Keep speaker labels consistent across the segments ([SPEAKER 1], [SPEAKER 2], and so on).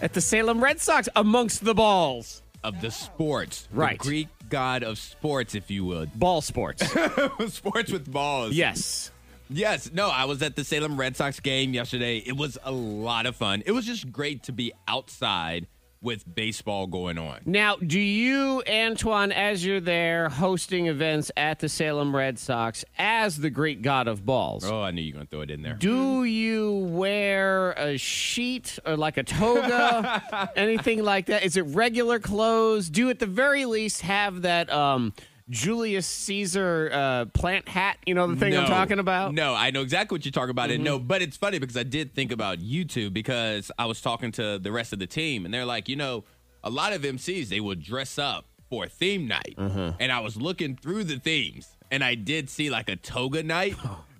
[SPEAKER 1] at the Salem Red Sox amongst the balls.
[SPEAKER 2] of the sports.
[SPEAKER 1] Right.
[SPEAKER 2] The Greek god of sports, if you would.
[SPEAKER 1] Ball sports.
[SPEAKER 2] sports with balls.
[SPEAKER 1] yes.
[SPEAKER 2] Yes. No, I was at the Salem Red Sox game yesterday. It was a lot of fun. It was just great to be outside with baseball going on.
[SPEAKER 1] Now, do you, Antoine, as you're there hosting events at the Salem Red Sox as the Greek god of balls,
[SPEAKER 2] Oh, I knew you were going to throw it in there.
[SPEAKER 1] do you wear a sheet or like a toga, anything like that? Is it regular clothes? Do you at the very least have that um, Julius Caesar uh, plant hat? You know the thing I'm
[SPEAKER 2] No.
[SPEAKER 1] talking about? Mm-hmm.
[SPEAKER 2] No, I know exactly what you're talking about. And no, but it's funny because I did think about you two because I was talking to the rest of the team and they're like, you know, a lot of MCs, they will dress up for theme night. And I was looking through the themes and I did see like a toga night.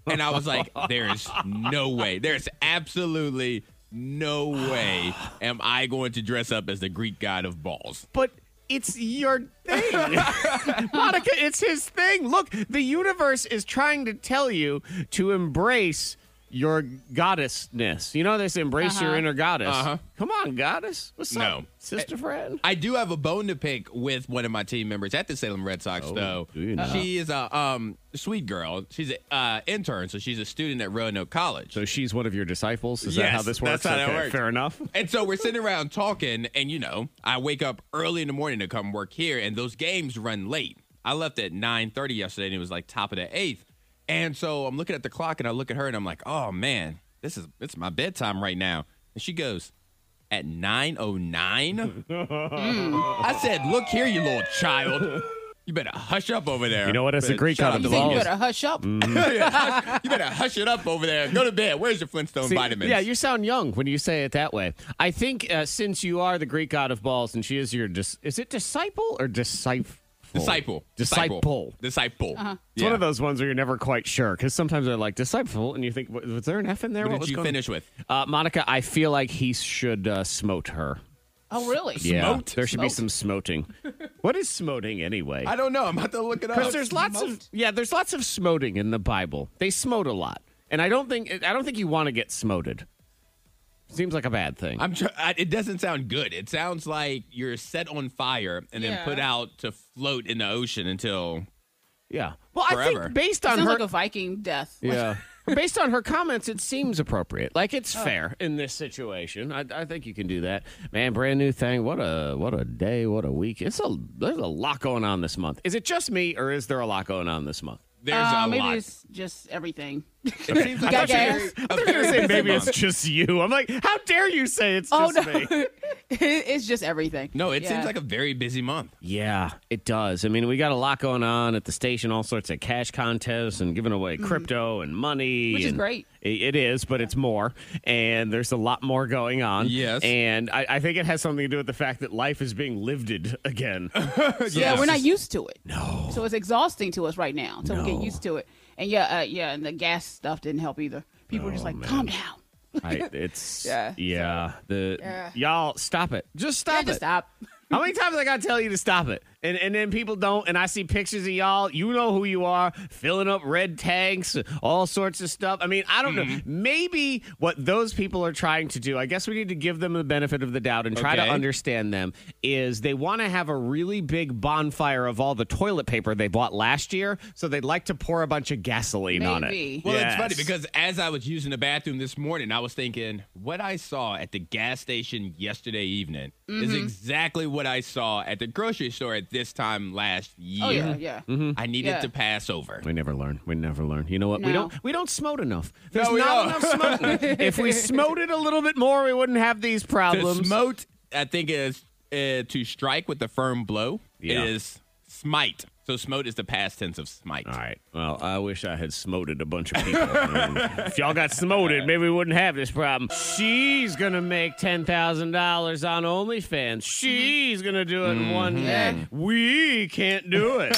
[SPEAKER 2] And I was like, there is no way. There's absolutely no way am I going to dress up as the Greek god of balls.
[SPEAKER 1] but it's your thing. Monica, it's his thing. Look, the universe is trying to tell you to embrace your goddessness. You know this embrace your inner goddess.
[SPEAKER 2] Uh-huh.
[SPEAKER 1] Come on, goddess. What's
[SPEAKER 2] No.
[SPEAKER 1] up, sister friend?
[SPEAKER 2] I do have a bone to pick with one of my team members at the Salem Red Sox, though.
[SPEAKER 1] Oh, do you now?
[SPEAKER 2] She is a um, sweet girl. She's an uh, intern, so she's a student at Roanoke College.
[SPEAKER 1] So she's one of your disciples. Is that
[SPEAKER 2] Yes,
[SPEAKER 1] how this works?
[SPEAKER 2] that's how that
[SPEAKER 1] Okay,
[SPEAKER 2] works.
[SPEAKER 1] Fair enough.
[SPEAKER 2] and so we're sitting around talking, and you know, I wake up early in the morning to come work here, and those games run late. I left at nine thirty yesterday, and it was like top of the eighth. And so I'm looking at the clock, and I look at her, and I'm like, "Oh man, this is it's my bedtime right now." And she goes, "At nine oh nine? I said, "Look here, you little child." You better hush up over there.
[SPEAKER 1] You know what? As a
[SPEAKER 2] Better
[SPEAKER 1] Greek
[SPEAKER 2] shut
[SPEAKER 1] god
[SPEAKER 2] up
[SPEAKER 1] of
[SPEAKER 2] the Mm.
[SPEAKER 1] balls.
[SPEAKER 2] balls. You better hush it up over there. Go to bed. Where's your Flintstone
[SPEAKER 1] See,
[SPEAKER 2] vitamins?
[SPEAKER 1] Yeah, you sound young when you say it that way. I think uh, since you are the Greek god of balls and she is your dis- is it disciple or disciple?
[SPEAKER 2] Disciple.
[SPEAKER 1] Disciple.
[SPEAKER 2] Disciple.
[SPEAKER 1] It's one of those ones where you're never quite sure because sometimes they're like disciple, and you think, "Wa- was there an F in there?
[SPEAKER 2] What,
[SPEAKER 1] What
[SPEAKER 2] did
[SPEAKER 1] was
[SPEAKER 2] you
[SPEAKER 1] going-"
[SPEAKER 2] finish with?
[SPEAKER 1] Uh, Monica, I feel like he should uh, smote her.
[SPEAKER 3] Oh, really?
[SPEAKER 2] Smote?
[SPEAKER 1] there should be
[SPEAKER 3] Smote?
[SPEAKER 1] some smoting. what is smoting anyway?
[SPEAKER 2] I don't know. I'm about to look it up.
[SPEAKER 1] Because there's lots of yeah, there's lots of smoting in the Bible. They smote a lot, and I don't think I don't think you want to get smoted. Seems like a bad thing.
[SPEAKER 2] I'm. Tr- I, it doesn't sound good. It sounds like you're set on fire and then
[SPEAKER 3] Yeah.
[SPEAKER 2] put out to float in the ocean until.
[SPEAKER 1] yeah. Well, I
[SPEAKER 2] Forever.
[SPEAKER 1] think based on
[SPEAKER 3] Sounds
[SPEAKER 1] her
[SPEAKER 3] like a Viking death. Like,
[SPEAKER 1] yeah. Based on her comments, it seems appropriate. Like it's
[SPEAKER 2] Oh.
[SPEAKER 1] fair in this situation. I, I think you can do that, man. Brand new thing. What a what a day. What a week. It's a there's a lot going on this month. Is it just me, or is there a lot going on this month?
[SPEAKER 2] There's
[SPEAKER 3] uh,
[SPEAKER 2] a
[SPEAKER 3] maybe
[SPEAKER 2] lot.
[SPEAKER 3] it's just everything.
[SPEAKER 2] It seems like
[SPEAKER 3] I
[SPEAKER 2] a
[SPEAKER 3] thought you
[SPEAKER 2] very-
[SPEAKER 3] were-
[SPEAKER 2] a
[SPEAKER 1] I'm gonna
[SPEAKER 2] very
[SPEAKER 1] say maybe
[SPEAKER 2] busy
[SPEAKER 1] it's
[SPEAKER 2] month.
[SPEAKER 1] just you. I'm like, how dare you say it's
[SPEAKER 3] Oh
[SPEAKER 1] just me?
[SPEAKER 3] no, it's just everything.
[SPEAKER 2] No, it
[SPEAKER 3] Yeah.
[SPEAKER 2] seems like a very busy month.
[SPEAKER 1] Yeah, it does. I mean, we got a lot going on at the station, all sorts of cash contests and giving away crypto and money.
[SPEAKER 3] Mm-hmm. Which is
[SPEAKER 1] and-
[SPEAKER 3] great.
[SPEAKER 1] I- It is, but it's more. And there's a lot more going on.
[SPEAKER 2] Yes.
[SPEAKER 1] And I, I think it has something to do with the fact that life is being lived again.
[SPEAKER 3] yeah, we're not used to it. No, so it's exhausting to us right now until we get used to it. And yeah, uh, yeah, and the gas stuff didn't help either.
[SPEAKER 2] Oh,
[SPEAKER 3] People were just like, calm down.
[SPEAKER 1] I, it's, yeah.
[SPEAKER 3] Yeah.
[SPEAKER 1] the,
[SPEAKER 3] Yeah.
[SPEAKER 1] Y'all, stop it. Just stop
[SPEAKER 3] Yeah,
[SPEAKER 1] it.
[SPEAKER 3] just stop.
[SPEAKER 1] How many times I gotta tell you to stop it? And and then people don't, and I see pictures of y'all, you know who you are, filling up red tanks, all sorts of stuff. I mean, I don't know. Maybe what those people are trying to do, I guess we need to give them the benefit of the doubt and try
[SPEAKER 2] Okay.
[SPEAKER 1] to understand them, is they wanna have a really big bonfire of all the toilet paper they bought last year, so they'd like to pour a bunch of gasoline on it.
[SPEAKER 3] Maybe.
[SPEAKER 2] Well,
[SPEAKER 1] Yes.
[SPEAKER 2] it's funny because as I was using the bathroom this morning, I was thinking what I saw at the gas station yesterday evening
[SPEAKER 3] Mm-hmm.
[SPEAKER 2] is exactly what I saw at the grocery store at this time last year.
[SPEAKER 3] Oh yeah, yeah.
[SPEAKER 2] I needed
[SPEAKER 3] Yeah.
[SPEAKER 2] to pass over.
[SPEAKER 1] We never learn. We never learn. You know what? We
[SPEAKER 3] No.
[SPEAKER 1] don't. We don't smote enough. There's
[SPEAKER 2] No, we
[SPEAKER 1] not enough smoting. if we smoted a little bit more, we wouldn't have these
[SPEAKER 2] To
[SPEAKER 1] problems.
[SPEAKER 2] smote, I think is uh, to strike with a firm blow.
[SPEAKER 1] Yeah.
[SPEAKER 2] It is smite. So smote is the past tense of smite.
[SPEAKER 1] All right. Well, I wish I had smoted a bunch of people. I mean, if y'all got smoted, maybe we wouldn't have this problem. She's gonna make ten thousand dollars on OnlyFans. She's gonna do it in one day. We can't do it.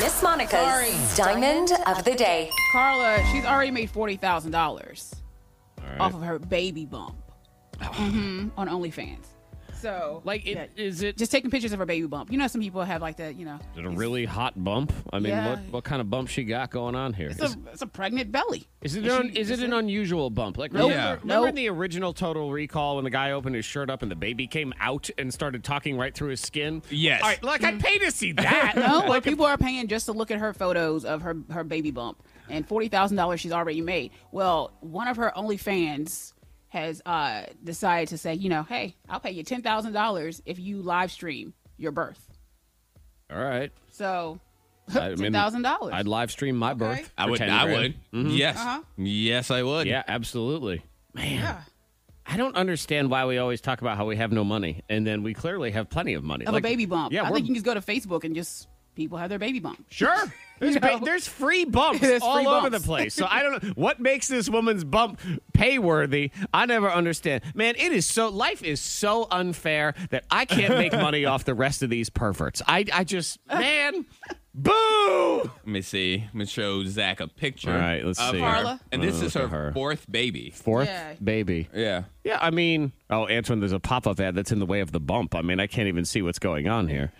[SPEAKER 4] Miss Monica's diamond of the day.
[SPEAKER 3] Carla, she's already made forty thousand dollars off of her baby bump
[SPEAKER 2] Oh.
[SPEAKER 3] hmm on OnlyFans. So
[SPEAKER 1] like, it,
[SPEAKER 3] yeah,
[SPEAKER 1] is it
[SPEAKER 3] just taking pictures of her baby bump. You know, some people have like that. You know,
[SPEAKER 1] Is it a really hot bump? I mean,
[SPEAKER 3] Yeah.
[SPEAKER 1] what, what kind of bump she got going on here?
[SPEAKER 3] it's
[SPEAKER 1] Is,
[SPEAKER 3] a, it's a pregnant belly.
[SPEAKER 1] is it
[SPEAKER 3] Is
[SPEAKER 1] an,
[SPEAKER 3] she-
[SPEAKER 1] is it
[SPEAKER 3] is
[SPEAKER 1] an
[SPEAKER 3] it-
[SPEAKER 1] unusual bump? Like
[SPEAKER 3] Nope.
[SPEAKER 1] remember,
[SPEAKER 2] Yeah.
[SPEAKER 1] remember in
[SPEAKER 3] Nope.
[SPEAKER 1] the original Total Recall when the guy opened his shirt up and the baby came out and started talking right through his skin?
[SPEAKER 2] Yes.
[SPEAKER 1] All right, like I'd pay to see that.
[SPEAKER 3] No, but people are paying just to look at her photos of her her baby bump and forty thousand dollars she's already made. Well, one of her OnlyFans has uh, decided to say, you know, hey, I'll pay you ten thousand dollars if you live stream your birth.
[SPEAKER 1] All right.
[SPEAKER 3] So
[SPEAKER 1] I mean,
[SPEAKER 3] ten thousand dollars.
[SPEAKER 1] I'd live stream my birth.
[SPEAKER 2] I
[SPEAKER 1] for
[SPEAKER 2] would.
[SPEAKER 1] 10
[SPEAKER 2] I
[SPEAKER 1] grand.
[SPEAKER 2] would. Yes. Yes, I would.
[SPEAKER 1] Mm-hmm. Yeah, absolutely. Man. I don't understand why we always talk about how we have no money, and then we clearly have plenty of money.
[SPEAKER 3] of
[SPEAKER 1] Like-
[SPEAKER 3] a baby bump.
[SPEAKER 1] Yeah,
[SPEAKER 3] I
[SPEAKER 1] we're-
[SPEAKER 3] think you can just go to Facebook and just people have their baby bump.
[SPEAKER 1] Sure. There's, ba- there's free bumps
[SPEAKER 3] There's
[SPEAKER 1] all
[SPEAKER 3] free
[SPEAKER 1] over
[SPEAKER 3] bumps.
[SPEAKER 1] the place. So I don't know what makes this woman's bump pay worthy. I never understand. Man, it is so life is so unfair that I can't make money off the rest of these perverts. I I just man, boo.
[SPEAKER 2] Let me see. I'm gonna show Zach a picture.
[SPEAKER 1] All right, let's
[SPEAKER 2] of
[SPEAKER 1] see.
[SPEAKER 2] her.
[SPEAKER 3] Carla?
[SPEAKER 2] And
[SPEAKER 1] I'm
[SPEAKER 2] this
[SPEAKER 1] gonna
[SPEAKER 2] is
[SPEAKER 1] look
[SPEAKER 2] her,
[SPEAKER 1] at her.
[SPEAKER 2] fourth baby.
[SPEAKER 1] Fourth
[SPEAKER 3] Yeah.
[SPEAKER 1] baby.
[SPEAKER 2] Yeah.
[SPEAKER 1] Yeah, I mean, oh, Antoine, there's a pop-up ad that's in the way of the bump. I mean, I can't even see what's going on here.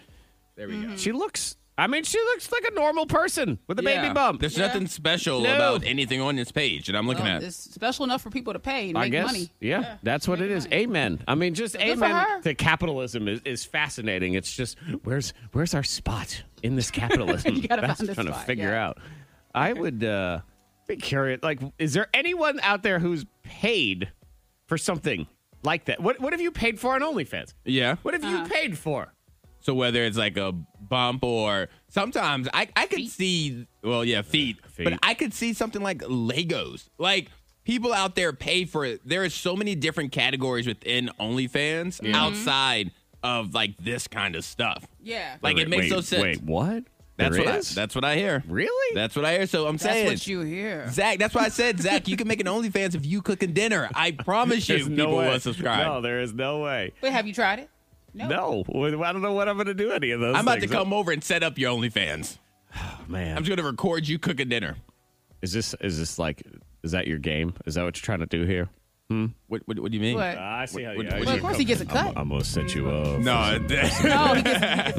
[SPEAKER 1] There we go. She looks. I mean, she looks like a normal person with a baby
[SPEAKER 2] Yeah.
[SPEAKER 1] bump.
[SPEAKER 2] There's nothing special
[SPEAKER 1] No.
[SPEAKER 2] about anything on this page that I'm looking
[SPEAKER 3] Well,
[SPEAKER 2] at.
[SPEAKER 3] it's special enough for people to pay and
[SPEAKER 1] I
[SPEAKER 3] make
[SPEAKER 1] guess.
[SPEAKER 3] money.
[SPEAKER 1] Yeah, that's what it is. Amen. I mean, just
[SPEAKER 3] for
[SPEAKER 1] amen
[SPEAKER 3] her.
[SPEAKER 1] to capitalism is, is fascinating. It's just where's where's our spot in this capitalism?
[SPEAKER 3] You gotta
[SPEAKER 1] that's
[SPEAKER 3] find the
[SPEAKER 1] trying to
[SPEAKER 3] spot,
[SPEAKER 1] figure
[SPEAKER 3] yeah.
[SPEAKER 1] out. I would uh, be curious. Like, is there anyone out there who's paid for something like that? What What have you paid for on OnlyFans?
[SPEAKER 2] yeah.
[SPEAKER 1] What have
[SPEAKER 3] Uh-huh.
[SPEAKER 1] you paid for?
[SPEAKER 2] So whether it's like a bump or sometimes I, I could see well yeah feet,
[SPEAKER 1] feet.
[SPEAKER 2] but I could see something like Legos. Like people out there pay for it. There is so many different categories within OnlyFans
[SPEAKER 3] Mm-hmm.
[SPEAKER 2] outside of like this kind of stuff.
[SPEAKER 3] Yeah.
[SPEAKER 2] Like it makes no sense.
[SPEAKER 1] Wait, what?
[SPEAKER 2] that's
[SPEAKER 1] There
[SPEAKER 2] what
[SPEAKER 1] is?
[SPEAKER 2] I, that's what I hear.
[SPEAKER 1] Really?
[SPEAKER 2] That's what I hear. So I'm
[SPEAKER 3] That's
[SPEAKER 2] saying
[SPEAKER 3] what you hear.
[SPEAKER 2] Zach, that's why I said Zach, you can make an OnlyFans if you cooking dinner. I promise you,
[SPEAKER 1] There's no
[SPEAKER 2] people
[SPEAKER 1] way.
[SPEAKER 2] will subscribe.
[SPEAKER 1] No, there is no way.
[SPEAKER 3] But have you tried it? No.
[SPEAKER 1] No, I don't know what I'm going to do any of those.
[SPEAKER 2] I'm about to
[SPEAKER 1] things. Oh,
[SPEAKER 2] come over and set up your OnlyFans.
[SPEAKER 1] man.
[SPEAKER 2] I'm just gonna record you cooking dinner.
[SPEAKER 1] Is this is this like is that your game? Is that what you're trying to do here?
[SPEAKER 2] What, what, what do you mean?
[SPEAKER 3] But
[SPEAKER 1] Ah, I see how
[SPEAKER 2] What- what-
[SPEAKER 1] I
[SPEAKER 2] what-
[SPEAKER 3] well,
[SPEAKER 1] see-
[SPEAKER 3] of course he gets a cut.
[SPEAKER 1] I'm gonna set you up.
[SPEAKER 2] No,
[SPEAKER 3] No, he gets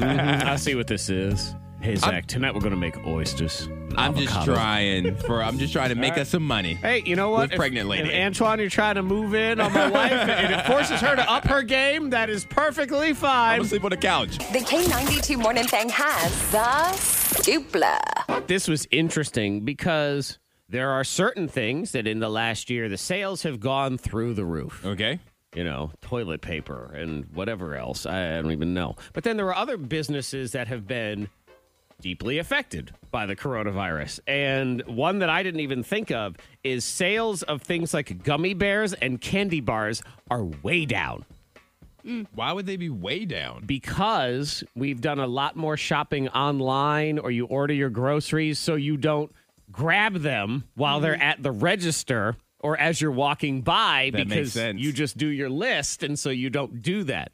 [SPEAKER 1] I see what this is. Hey Zach, tonight we're gonna make oysters.
[SPEAKER 2] I'm just
[SPEAKER 1] Avocado.
[SPEAKER 2] trying for. I'm just trying to make us some money.
[SPEAKER 1] Hey, you know what?
[SPEAKER 2] With pregnant lady.
[SPEAKER 1] If Antoine, you're trying to move in on my wife, and it forces her to up her game. That is perfectly
[SPEAKER 2] I'm
[SPEAKER 1] fine.
[SPEAKER 2] gonna sleep on the couch.
[SPEAKER 4] The K92 Morning Thing has the dupla.
[SPEAKER 1] this was interesting because there are certain things that in the last year the sales have gone through the roof.
[SPEAKER 2] Okay.
[SPEAKER 1] you know, toilet paper and whatever else. I, I don't even know. But then there are other businesses that have been deeply affected by the coronavirus. And one that I didn't even think of is sales of things like gummy bears and candy bars are way down
[SPEAKER 2] Why would they be way down?
[SPEAKER 1] because we've done a lot more shopping online or you order your groceries so you don't grab them while
[SPEAKER 2] Mm-hmm.
[SPEAKER 1] they're at the register or as you're walking by
[SPEAKER 2] That makes
[SPEAKER 1] because
[SPEAKER 2] sense.
[SPEAKER 1] you just do your list and so you don't do that.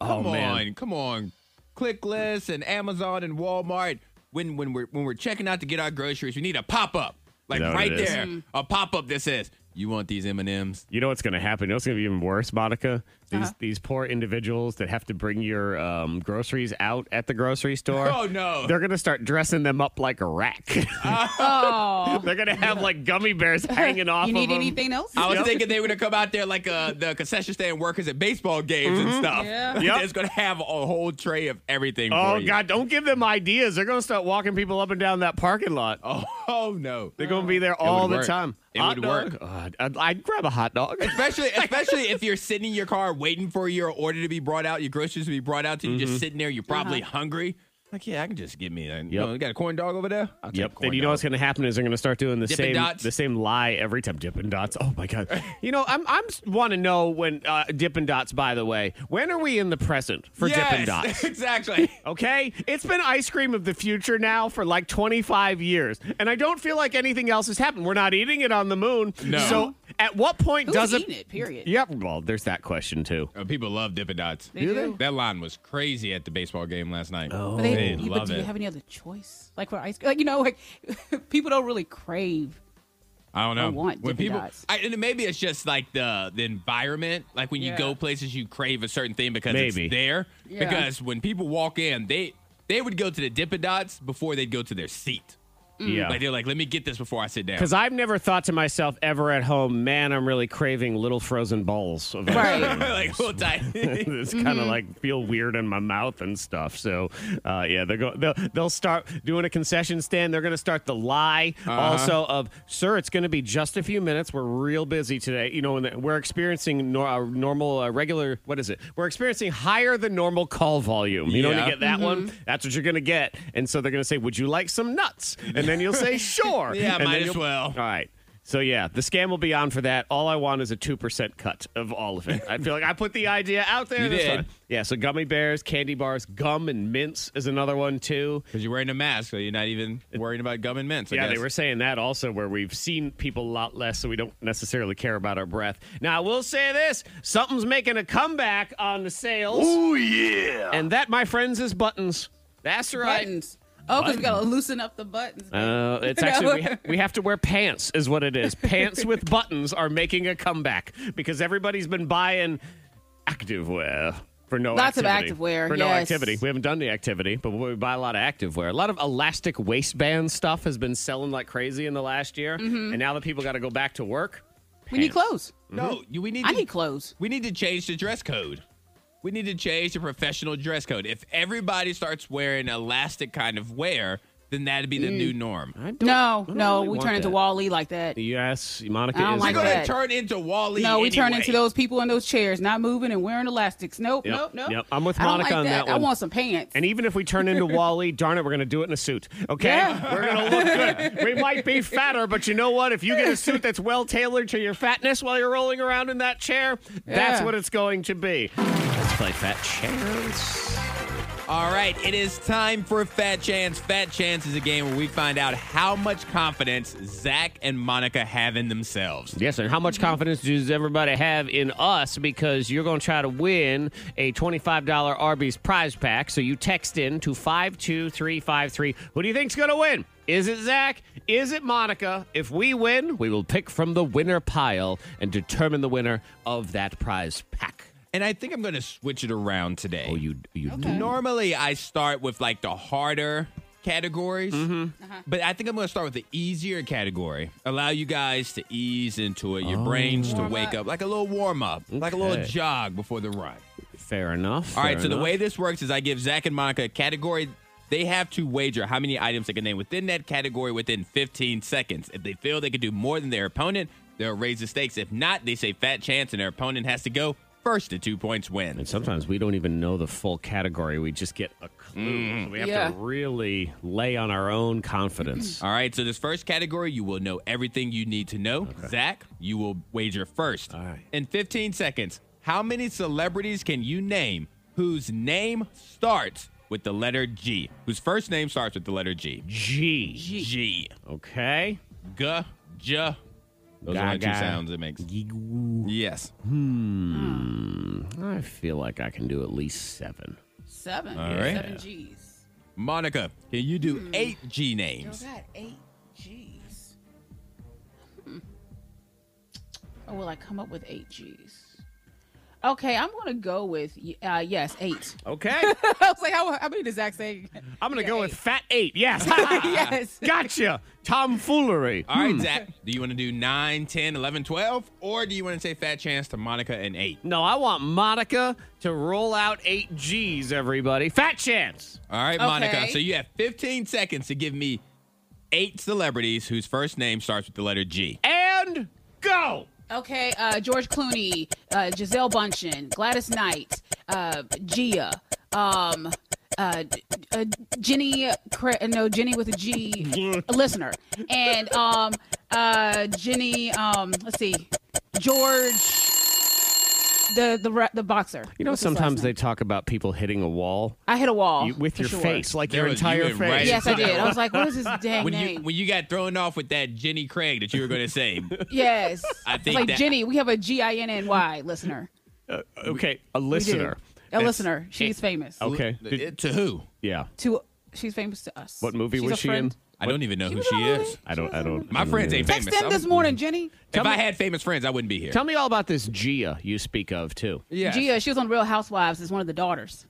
[SPEAKER 2] Come
[SPEAKER 1] oh,
[SPEAKER 2] on,
[SPEAKER 1] man.
[SPEAKER 2] come on. ClickList and Amazon and Walmart. When when we're when we're checking out to get our groceries, we need a pop up, like
[SPEAKER 1] that what
[SPEAKER 2] right
[SPEAKER 1] it is?
[SPEAKER 2] there, a pop up that says, "You want these M and M's?"
[SPEAKER 1] You know what's going to happen? You know what's going to be even worse, Monica? These
[SPEAKER 3] Uh-huh.
[SPEAKER 1] these poor individuals that have to bring your um, groceries out at the grocery store.
[SPEAKER 2] Oh, no.
[SPEAKER 1] They're going to start dressing them up like a rack. they're going to have like gummy bears hanging off.
[SPEAKER 3] oh. You need
[SPEAKER 1] of 'em.
[SPEAKER 3] anything else?
[SPEAKER 2] I was
[SPEAKER 1] Yep.
[SPEAKER 2] thinking they were gonna come out there like uh, the concession stand workers at baseball games and stuff.
[SPEAKER 3] Yeah.
[SPEAKER 1] Mm-hmm. Yep.
[SPEAKER 2] They're just gonna have a whole tray of everything. for
[SPEAKER 1] Oh
[SPEAKER 2] you.
[SPEAKER 1] God! Don't give them ideas. They're going to start walking people up and down that parking lot.
[SPEAKER 2] Oh, oh, no!
[SPEAKER 1] They're going to be there all the
[SPEAKER 2] work.
[SPEAKER 1] time.
[SPEAKER 2] It
[SPEAKER 1] Hot
[SPEAKER 2] would
[SPEAKER 1] dog?
[SPEAKER 2] work.
[SPEAKER 1] God, I'd, I'd grab a hot dog.
[SPEAKER 2] Especially, especially if you're
[SPEAKER 1] Mm-hmm.
[SPEAKER 2] sitting
[SPEAKER 3] Uh-huh.
[SPEAKER 2] in your car waiting for your order to be brought out, your groceries to be brought out to you, just sitting there. You're probably hungry. Like, yeah, I can just give me that. You know, you got a corn dog over there? I'll take a
[SPEAKER 1] Yep.
[SPEAKER 2] corn
[SPEAKER 1] And you know
[SPEAKER 2] dog.
[SPEAKER 1] what's going to happen is they're going to start doing the
[SPEAKER 2] Dippin'
[SPEAKER 1] same
[SPEAKER 2] Dots?
[SPEAKER 1] the same lie every time. Dippin' Dots. Oh my god. you know, I'm I'm want to know when uh, Dippin' Dots. By the way, when are we in the present for Dippin'
[SPEAKER 2] Yes,
[SPEAKER 1] Dots?
[SPEAKER 2] exactly.
[SPEAKER 1] Okay, it's been ice cream of the future now for like 25 years, and I don't feel like anything else has happened. We're not eating it on the moon.
[SPEAKER 2] No.
[SPEAKER 1] So at what point
[SPEAKER 3] Who's
[SPEAKER 1] does it?
[SPEAKER 3] eating it, period?
[SPEAKER 1] Yep. Well, there's that question too.
[SPEAKER 2] Uh, people love Dippin' Dots.
[SPEAKER 3] They Do do. they?
[SPEAKER 2] That line was crazy at the baseball game last night. Oh,
[SPEAKER 3] But
[SPEAKER 2] they,
[SPEAKER 3] they, you, but
[SPEAKER 2] love
[SPEAKER 3] do you
[SPEAKER 2] it.
[SPEAKER 3] have any other choice? Like for ice cream, like you know, like people don't really crave.
[SPEAKER 2] I don't know.
[SPEAKER 3] I want
[SPEAKER 2] when
[SPEAKER 3] Dippin'
[SPEAKER 2] people,
[SPEAKER 3] Dots.
[SPEAKER 2] I, and maybe it's just like the the environment. Like when you
[SPEAKER 3] Yeah.
[SPEAKER 2] go places, you crave a certain thing because
[SPEAKER 1] Maybe.
[SPEAKER 2] it's there.
[SPEAKER 3] Yeah.
[SPEAKER 2] Because when people walk in, they they would go to the Dippin' Dots before they'd go to their seat.
[SPEAKER 1] Yeah.
[SPEAKER 2] Like they're like, let me get this before I sit down.
[SPEAKER 1] Because I've never thought to myself ever at home, man, I'm really craving little frozen balls. Of ice cream."
[SPEAKER 2] like hold tight.
[SPEAKER 1] it's kind
[SPEAKER 2] Mm-hmm.
[SPEAKER 1] of like feel weird in my mouth and stuff. So, uh, yeah, they're go- they'll, they'll start doing a concession stand. They're going to start the lie
[SPEAKER 2] Uh-huh.
[SPEAKER 1] also of, sir, it's going to be just a few minutes. We're real busy today. You know, and that- we're experiencing nor- uh, normal, uh, regular, what is it? We're experiencing higher than normal call volume. You know, when
[SPEAKER 2] Yeah. Mm-hmm.
[SPEAKER 1] you get that one, that's what you're going to get. And so they're going to say, would you like some nuts? And then you'll say, sure.
[SPEAKER 2] Yeah,
[SPEAKER 1] And
[SPEAKER 2] might
[SPEAKER 1] then
[SPEAKER 2] as
[SPEAKER 1] you'll-
[SPEAKER 2] well.
[SPEAKER 1] All right. So yeah, the scam will be on for that. All I want is a two percent cut of all of it. I feel like I put the idea out there.
[SPEAKER 2] You
[SPEAKER 1] That's
[SPEAKER 2] did.
[SPEAKER 1] fine. Yeah. So gummy bears, candy bars, gum and mints is another one too.
[SPEAKER 2] Because you're wearing a mask, so you're not even worrying about gum and mints. I
[SPEAKER 1] yeah, they
[SPEAKER 2] guess.
[SPEAKER 1] were saying that also, where we've seen people a lot less, so we don't necessarily care about our breath. Now I will say this: something's making a comeback on the sales,
[SPEAKER 5] Ooh, yeah.
[SPEAKER 1] and that, my friends, is buttons. That's right.
[SPEAKER 3] Buttons. Oh, because we gotta loosen up the buttons.
[SPEAKER 1] Uh, it's
[SPEAKER 3] No.
[SPEAKER 1] actually we, ha- we have to wear pants, is what it is. pants with buttons are making a comeback because everybody's been buying activewear for no
[SPEAKER 3] Lots of
[SPEAKER 1] activity.
[SPEAKER 3] activewear,
[SPEAKER 1] for no
[SPEAKER 3] yes.
[SPEAKER 1] activity. We haven't done the activity, but we buy a lot of activewear. A lot of elastic waistband stuff has been selling like crazy in the last year,
[SPEAKER 3] Mm-hmm.
[SPEAKER 1] and now that people got to go back to work,
[SPEAKER 3] we need
[SPEAKER 1] pants.
[SPEAKER 3] clothes.
[SPEAKER 2] No, you, we need.
[SPEAKER 3] I
[SPEAKER 2] to-
[SPEAKER 3] need clothes.
[SPEAKER 2] We need to change the dress code. We need to change the professional dress code. If everybody starts wearing elastic kind of wear, then that'd be the new norm.
[SPEAKER 1] I don't-
[SPEAKER 3] No,
[SPEAKER 1] I don't
[SPEAKER 3] no,
[SPEAKER 1] really
[SPEAKER 3] we
[SPEAKER 1] want
[SPEAKER 3] turn into
[SPEAKER 1] that.
[SPEAKER 3] Wally like that.
[SPEAKER 1] Yes, Monica
[SPEAKER 3] I don't
[SPEAKER 1] is
[SPEAKER 2] You're
[SPEAKER 3] like
[SPEAKER 1] right.
[SPEAKER 2] gonna
[SPEAKER 3] that.
[SPEAKER 2] turn into Wally.
[SPEAKER 3] No, we turn
[SPEAKER 2] anyway.
[SPEAKER 3] into those people in those chairs, not moving and wearing elastics. Nope,
[SPEAKER 1] Yep,
[SPEAKER 3] nope, nope.
[SPEAKER 1] yep. I'm with
[SPEAKER 3] I don't
[SPEAKER 1] Monica
[SPEAKER 3] like
[SPEAKER 1] on that
[SPEAKER 3] I
[SPEAKER 1] one.
[SPEAKER 3] want some pants.
[SPEAKER 1] And even if we turn into Wally, darn it, we're going to do it in a suit. Okay?
[SPEAKER 3] Yeah.
[SPEAKER 1] We're going to look good. We might be fatter, but you know what? If you get a suit that's well tailored to your fatness while you're rolling around in that chair, that's
[SPEAKER 3] Yeah.
[SPEAKER 1] what it's going to be. Let's play Fat Chance.
[SPEAKER 2] All right, it is time for Fat Chance. Fat Chance is a game where we find out how much confidence Zach and Monica have in themselves.
[SPEAKER 1] Yes, and how much confidence does everybody have in us? Because you're going to try to win a $25 Arby's prize pack. So you text in to 52353. Who do you think's going to win? Is it Zach? Is it Monica? If we win, we will pick from the winner pile and determine the winner of that prize pack.
[SPEAKER 2] And I think I'm going to switch it around today.
[SPEAKER 1] Oh, you, you do.
[SPEAKER 2] Normally, I start with like the harder categories,
[SPEAKER 1] Mm-hmm.
[SPEAKER 2] but I think I'm going to start with the easier category. Allow you guys to ease into it, your brains to wake up, like a little warm up, like a little
[SPEAKER 1] Okay.
[SPEAKER 2] jog before the run.
[SPEAKER 1] Fair enough.
[SPEAKER 2] All right,
[SPEAKER 1] fair
[SPEAKER 2] so the
[SPEAKER 1] enough.
[SPEAKER 2] way this works is I give Zach and Monica a category. They have to wager how many items they can name within that category within 15 seconds. If they feel they can do more than their opponent, they'll raise the stakes. If not, they say fat chance, and their opponent has to go first to two points win.
[SPEAKER 1] And sometimes we don't even know the full category. We just get a clue.
[SPEAKER 2] Mm-hmm.
[SPEAKER 1] So we have
[SPEAKER 3] Yeah.
[SPEAKER 1] to really lay on our own confidence.
[SPEAKER 2] All right, so this first category, you will know everything you need to know. Zach, you will wager first.
[SPEAKER 1] All right.
[SPEAKER 2] In 15 seconds, how many celebrities can you name whose name starts with the letter G? Whose first name starts with the letter G?
[SPEAKER 1] G.
[SPEAKER 2] G.
[SPEAKER 1] Okay.
[SPEAKER 2] G. J. Those are the two
[SPEAKER 1] Gaga.
[SPEAKER 2] sounds it makes. Yes.
[SPEAKER 1] I feel like I can do at least seven.
[SPEAKER 3] seven.
[SPEAKER 2] All right.
[SPEAKER 3] Seven G's.
[SPEAKER 2] Monica, can you do eight G names?
[SPEAKER 3] got Oh, eight G's. Or Oh, will I come up with eight G's? Okay, I'm gonna go with uh, yes, eight.
[SPEAKER 1] Okay.
[SPEAKER 3] I was like, how, how many does Zach say?
[SPEAKER 1] I'm going to
[SPEAKER 3] Yeah,
[SPEAKER 1] go with
[SPEAKER 3] eight.
[SPEAKER 1] fat eight. Yes.
[SPEAKER 3] yes.
[SPEAKER 1] gotcha. Tomfoolery.
[SPEAKER 2] All right, Zach, do you want to do 9, 10, 11, 12, or do you want to say fat chance to Monica and 8?
[SPEAKER 1] No, I want Monica to roll out eight G's, everybody. Fat chance.
[SPEAKER 2] All right, Monica.
[SPEAKER 3] Okay.
[SPEAKER 2] So you have 15 seconds to give me eight celebrities whose first name starts with the letter G.
[SPEAKER 1] And go.
[SPEAKER 3] Okay, uh, George Clooney, uh, Giselle Bundchen, Gladys Knight, uh, Gia, um, uh, uh, uh, Jenny, Cra- no, Jenny with a G, a listener, and um, uh, Jenny, um, let's see, George, the the re- the boxer.
[SPEAKER 1] You know,
[SPEAKER 3] What's his last
[SPEAKER 1] sometimes they
[SPEAKER 3] name?
[SPEAKER 1] talk about people hitting a wall
[SPEAKER 3] I hit a wall
[SPEAKER 1] you, with
[SPEAKER 3] for
[SPEAKER 1] your
[SPEAKER 3] sure.
[SPEAKER 1] face, like
[SPEAKER 2] There
[SPEAKER 1] your
[SPEAKER 2] was-
[SPEAKER 1] entire
[SPEAKER 2] you went right
[SPEAKER 1] face.
[SPEAKER 3] Yes, I did. I was like, what is his dang
[SPEAKER 2] When
[SPEAKER 3] name?
[SPEAKER 2] you when you got thrown off with that Jenny Craig that you were going to say,
[SPEAKER 3] yes,
[SPEAKER 2] I think
[SPEAKER 3] like
[SPEAKER 2] that-
[SPEAKER 3] Jenny. We have a G I N N Y listener.
[SPEAKER 1] Okay, a
[SPEAKER 3] We do.
[SPEAKER 1] listener.
[SPEAKER 3] a
[SPEAKER 1] That's-
[SPEAKER 3] listener. She's famous.
[SPEAKER 1] Okay. Did-
[SPEAKER 2] It- to who?
[SPEAKER 1] yeah.
[SPEAKER 3] to she's famous to us.
[SPEAKER 1] What movie
[SPEAKER 3] She's
[SPEAKER 1] was
[SPEAKER 3] a
[SPEAKER 1] she
[SPEAKER 3] friend.
[SPEAKER 1] in?
[SPEAKER 2] I don't even know who
[SPEAKER 3] was
[SPEAKER 2] she
[SPEAKER 3] on the
[SPEAKER 2] is.
[SPEAKER 3] movie.
[SPEAKER 1] I don't. I don't.
[SPEAKER 2] My
[SPEAKER 1] I don't
[SPEAKER 2] friends
[SPEAKER 1] know.
[SPEAKER 2] ain't
[SPEAKER 3] Text
[SPEAKER 2] famous.
[SPEAKER 3] them
[SPEAKER 2] I'm-
[SPEAKER 3] this morning, Jenny.
[SPEAKER 2] If I had famous friends, I wouldn't be here.
[SPEAKER 1] Tell me all about this Gia you speak of too.
[SPEAKER 2] Yes.
[SPEAKER 3] Gia, she was on Real Housewives as one of the daughters.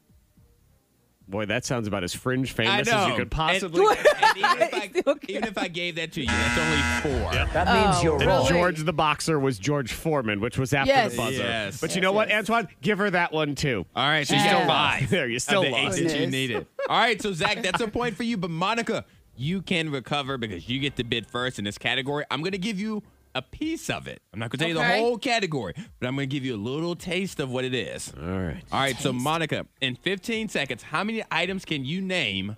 [SPEAKER 1] Boy, that sounds about as fringe
[SPEAKER 2] I
[SPEAKER 1] famous
[SPEAKER 2] know.
[SPEAKER 1] as you could
[SPEAKER 2] And-
[SPEAKER 1] possibly.
[SPEAKER 2] And even, if I, even if I gave that to you, that's only four.
[SPEAKER 1] And
[SPEAKER 3] Oh. Really?
[SPEAKER 1] George the boxer was George Foreman, which was after
[SPEAKER 3] Yes.
[SPEAKER 1] the buzzer.
[SPEAKER 2] Yes.
[SPEAKER 1] But you know what, Antoine? Give her that one too.
[SPEAKER 2] All right, so
[SPEAKER 3] She's
[SPEAKER 2] you
[SPEAKER 3] still
[SPEAKER 2] got
[SPEAKER 1] lost.
[SPEAKER 2] five.
[SPEAKER 1] There, you're still
[SPEAKER 2] of the eight
[SPEAKER 1] lost.
[SPEAKER 2] that you
[SPEAKER 3] Goodness.
[SPEAKER 2] needed. All right, so Zach, that's a point for you. But Monica, you can recover because you get the bid first in this category. I'm going to give you a piece of it. I'm not going to tell you
[SPEAKER 3] Okay.
[SPEAKER 2] the whole category, but I'm going to give you a little taste of what it is.
[SPEAKER 1] All right.
[SPEAKER 2] All right, so Monica, in 15 seconds, how many items can you name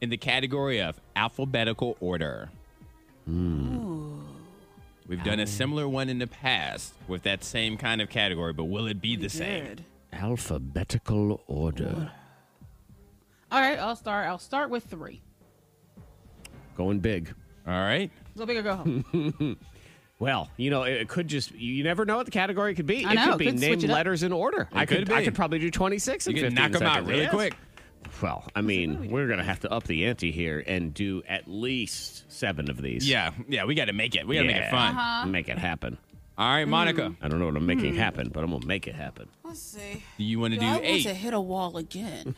[SPEAKER 2] in the category of alphabetical order? We've done a similar one in the past with that same kind of category, but will it be the same?
[SPEAKER 3] Good.
[SPEAKER 1] Alphabetical order.
[SPEAKER 3] All right, I'll start. I'll start with three.
[SPEAKER 1] Going big.
[SPEAKER 2] All right.
[SPEAKER 3] Go big or go home.
[SPEAKER 1] Well, you know, it, it could just, you you never know what the category could be.
[SPEAKER 3] I
[SPEAKER 1] it
[SPEAKER 3] know,
[SPEAKER 1] could be
[SPEAKER 3] could switch
[SPEAKER 1] named
[SPEAKER 3] it up.
[SPEAKER 1] letters in order. I could,
[SPEAKER 2] could
[SPEAKER 1] I
[SPEAKER 2] be.
[SPEAKER 1] could probably do 26
[SPEAKER 2] You
[SPEAKER 1] and
[SPEAKER 2] can
[SPEAKER 1] 15
[SPEAKER 2] knock them out
[SPEAKER 1] seconds.
[SPEAKER 2] really
[SPEAKER 1] Yes.
[SPEAKER 2] quick.
[SPEAKER 1] Well, I mean, we're going to have to up the ante here and do at least seven of these.
[SPEAKER 2] Yeah, yeah, we got to make it. We got to make
[SPEAKER 1] Yeah.
[SPEAKER 2] it fun.
[SPEAKER 3] Uh-huh.
[SPEAKER 1] Make it happen.
[SPEAKER 2] All
[SPEAKER 3] Mm-hmm.
[SPEAKER 2] right, Monica,
[SPEAKER 1] I don't know what I'm
[SPEAKER 2] Hmm.
[SPEAKER 1] making happen, but I'm going to make it happen.
[SPEAKER 3] Let's see.
[SPEAKER 2] do you want to do eight?
[SPEAKER 3] hit a wall again?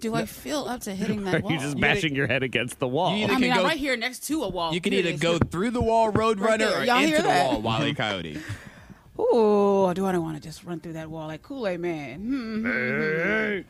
[SPEAKER 3] Do I feel up to hitting that
[SPEAKER 1] You're just bashing your head against the wall.
[SPEAKER 2] You
[SPEAKER 3] I
[SPEAKER 2] either-
[SPEAKER 3] mean,
[SPEAKER 2] can
[SPEAKER 3] I'm
[SPEAKER 2] go-
[SPEAKER 3] right here next to a wall.
[SPEAKER 2] You can
[SPEAKER 3] Here
[SPEAKER 2] either
[SPEAKER 3] it
[SPEAKER 2] go through the wall, Roadrunner,
[SPEAKER 3] Right there.
[SPEAKER 2] or
[SPEAKER 3] Y'all
[SPEAKER 2] into
[SPEAKER 3] hear
[SPEAKER 2] the
[SPEAKER 3] that?
[SPEAKER 2] wall, Wally Coyote.
[SPEAKER 3] is. Ooh, do I want to just run through that wall like Kool Aid Man? Hmm.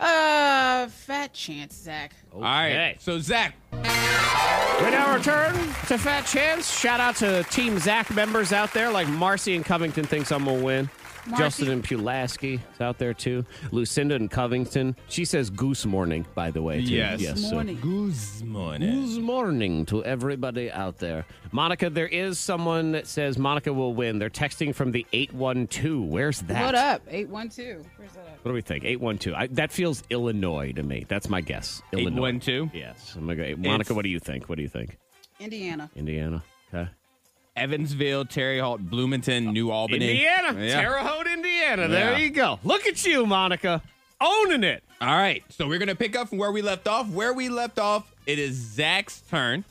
[SPEAKER 3] Uh, fat chance, Zach.
[SPEAKER 2] All right.
[SPEAKER 1] Okay.
[SPEAKER 2] So Zach,
[SPEAKER 1] We now return to Fat Chance. Shout out to Team Zach members out there, like Marcy and Covington thinks I'm gonna win.
[SPEAKER 3] Marcy-
[SPEAKER 1] Justin and Pulaski is out there too. Lucinda and Covington. She says goose morning, by the way. Too.
[SPEAKER 2] Yes.
[SPEAKER 1] so-
[SPEAKER 3] Morning.
[SPEAKER 2] Guzman.
[SPEAKER 1] Goose morning to everybody out there. Monica, there is someone that says Monica will win. They're texting from the 812. Where's that?
[SPEAKER 3] What up? Eight one two. Where's that up?
[SPEAKER 1] What do we think? 812. I, that feels Illinois to me. That's my guess. Illinois.
[SPEAKER 2] 812?
[SPEAKER 1] Yes. I'm gonna go, Monica,
[SPEAKER 2] It's-
[SPEAKER 1] what do you think? What do you think?
[SPEAKER 3] Indiana.
[SPEAKER 1] Indiana. Okay.
[SPEAKER 2] Evansville, Terry Holt, Bloomington, New Albany.
[SPEAKER 1] Indiana,
[SPEAKER 2] Yeah.
[SPEAKER 1] Terre Haute, Indiana.
[SPEAKER 2] Yeah.
[SPEAKER 1] There you go. Look at you, Monica, owning it.
[SPEAKER 2] All right. So we're gonna pick up from where we left off. Where we left off, it is Zach's turn.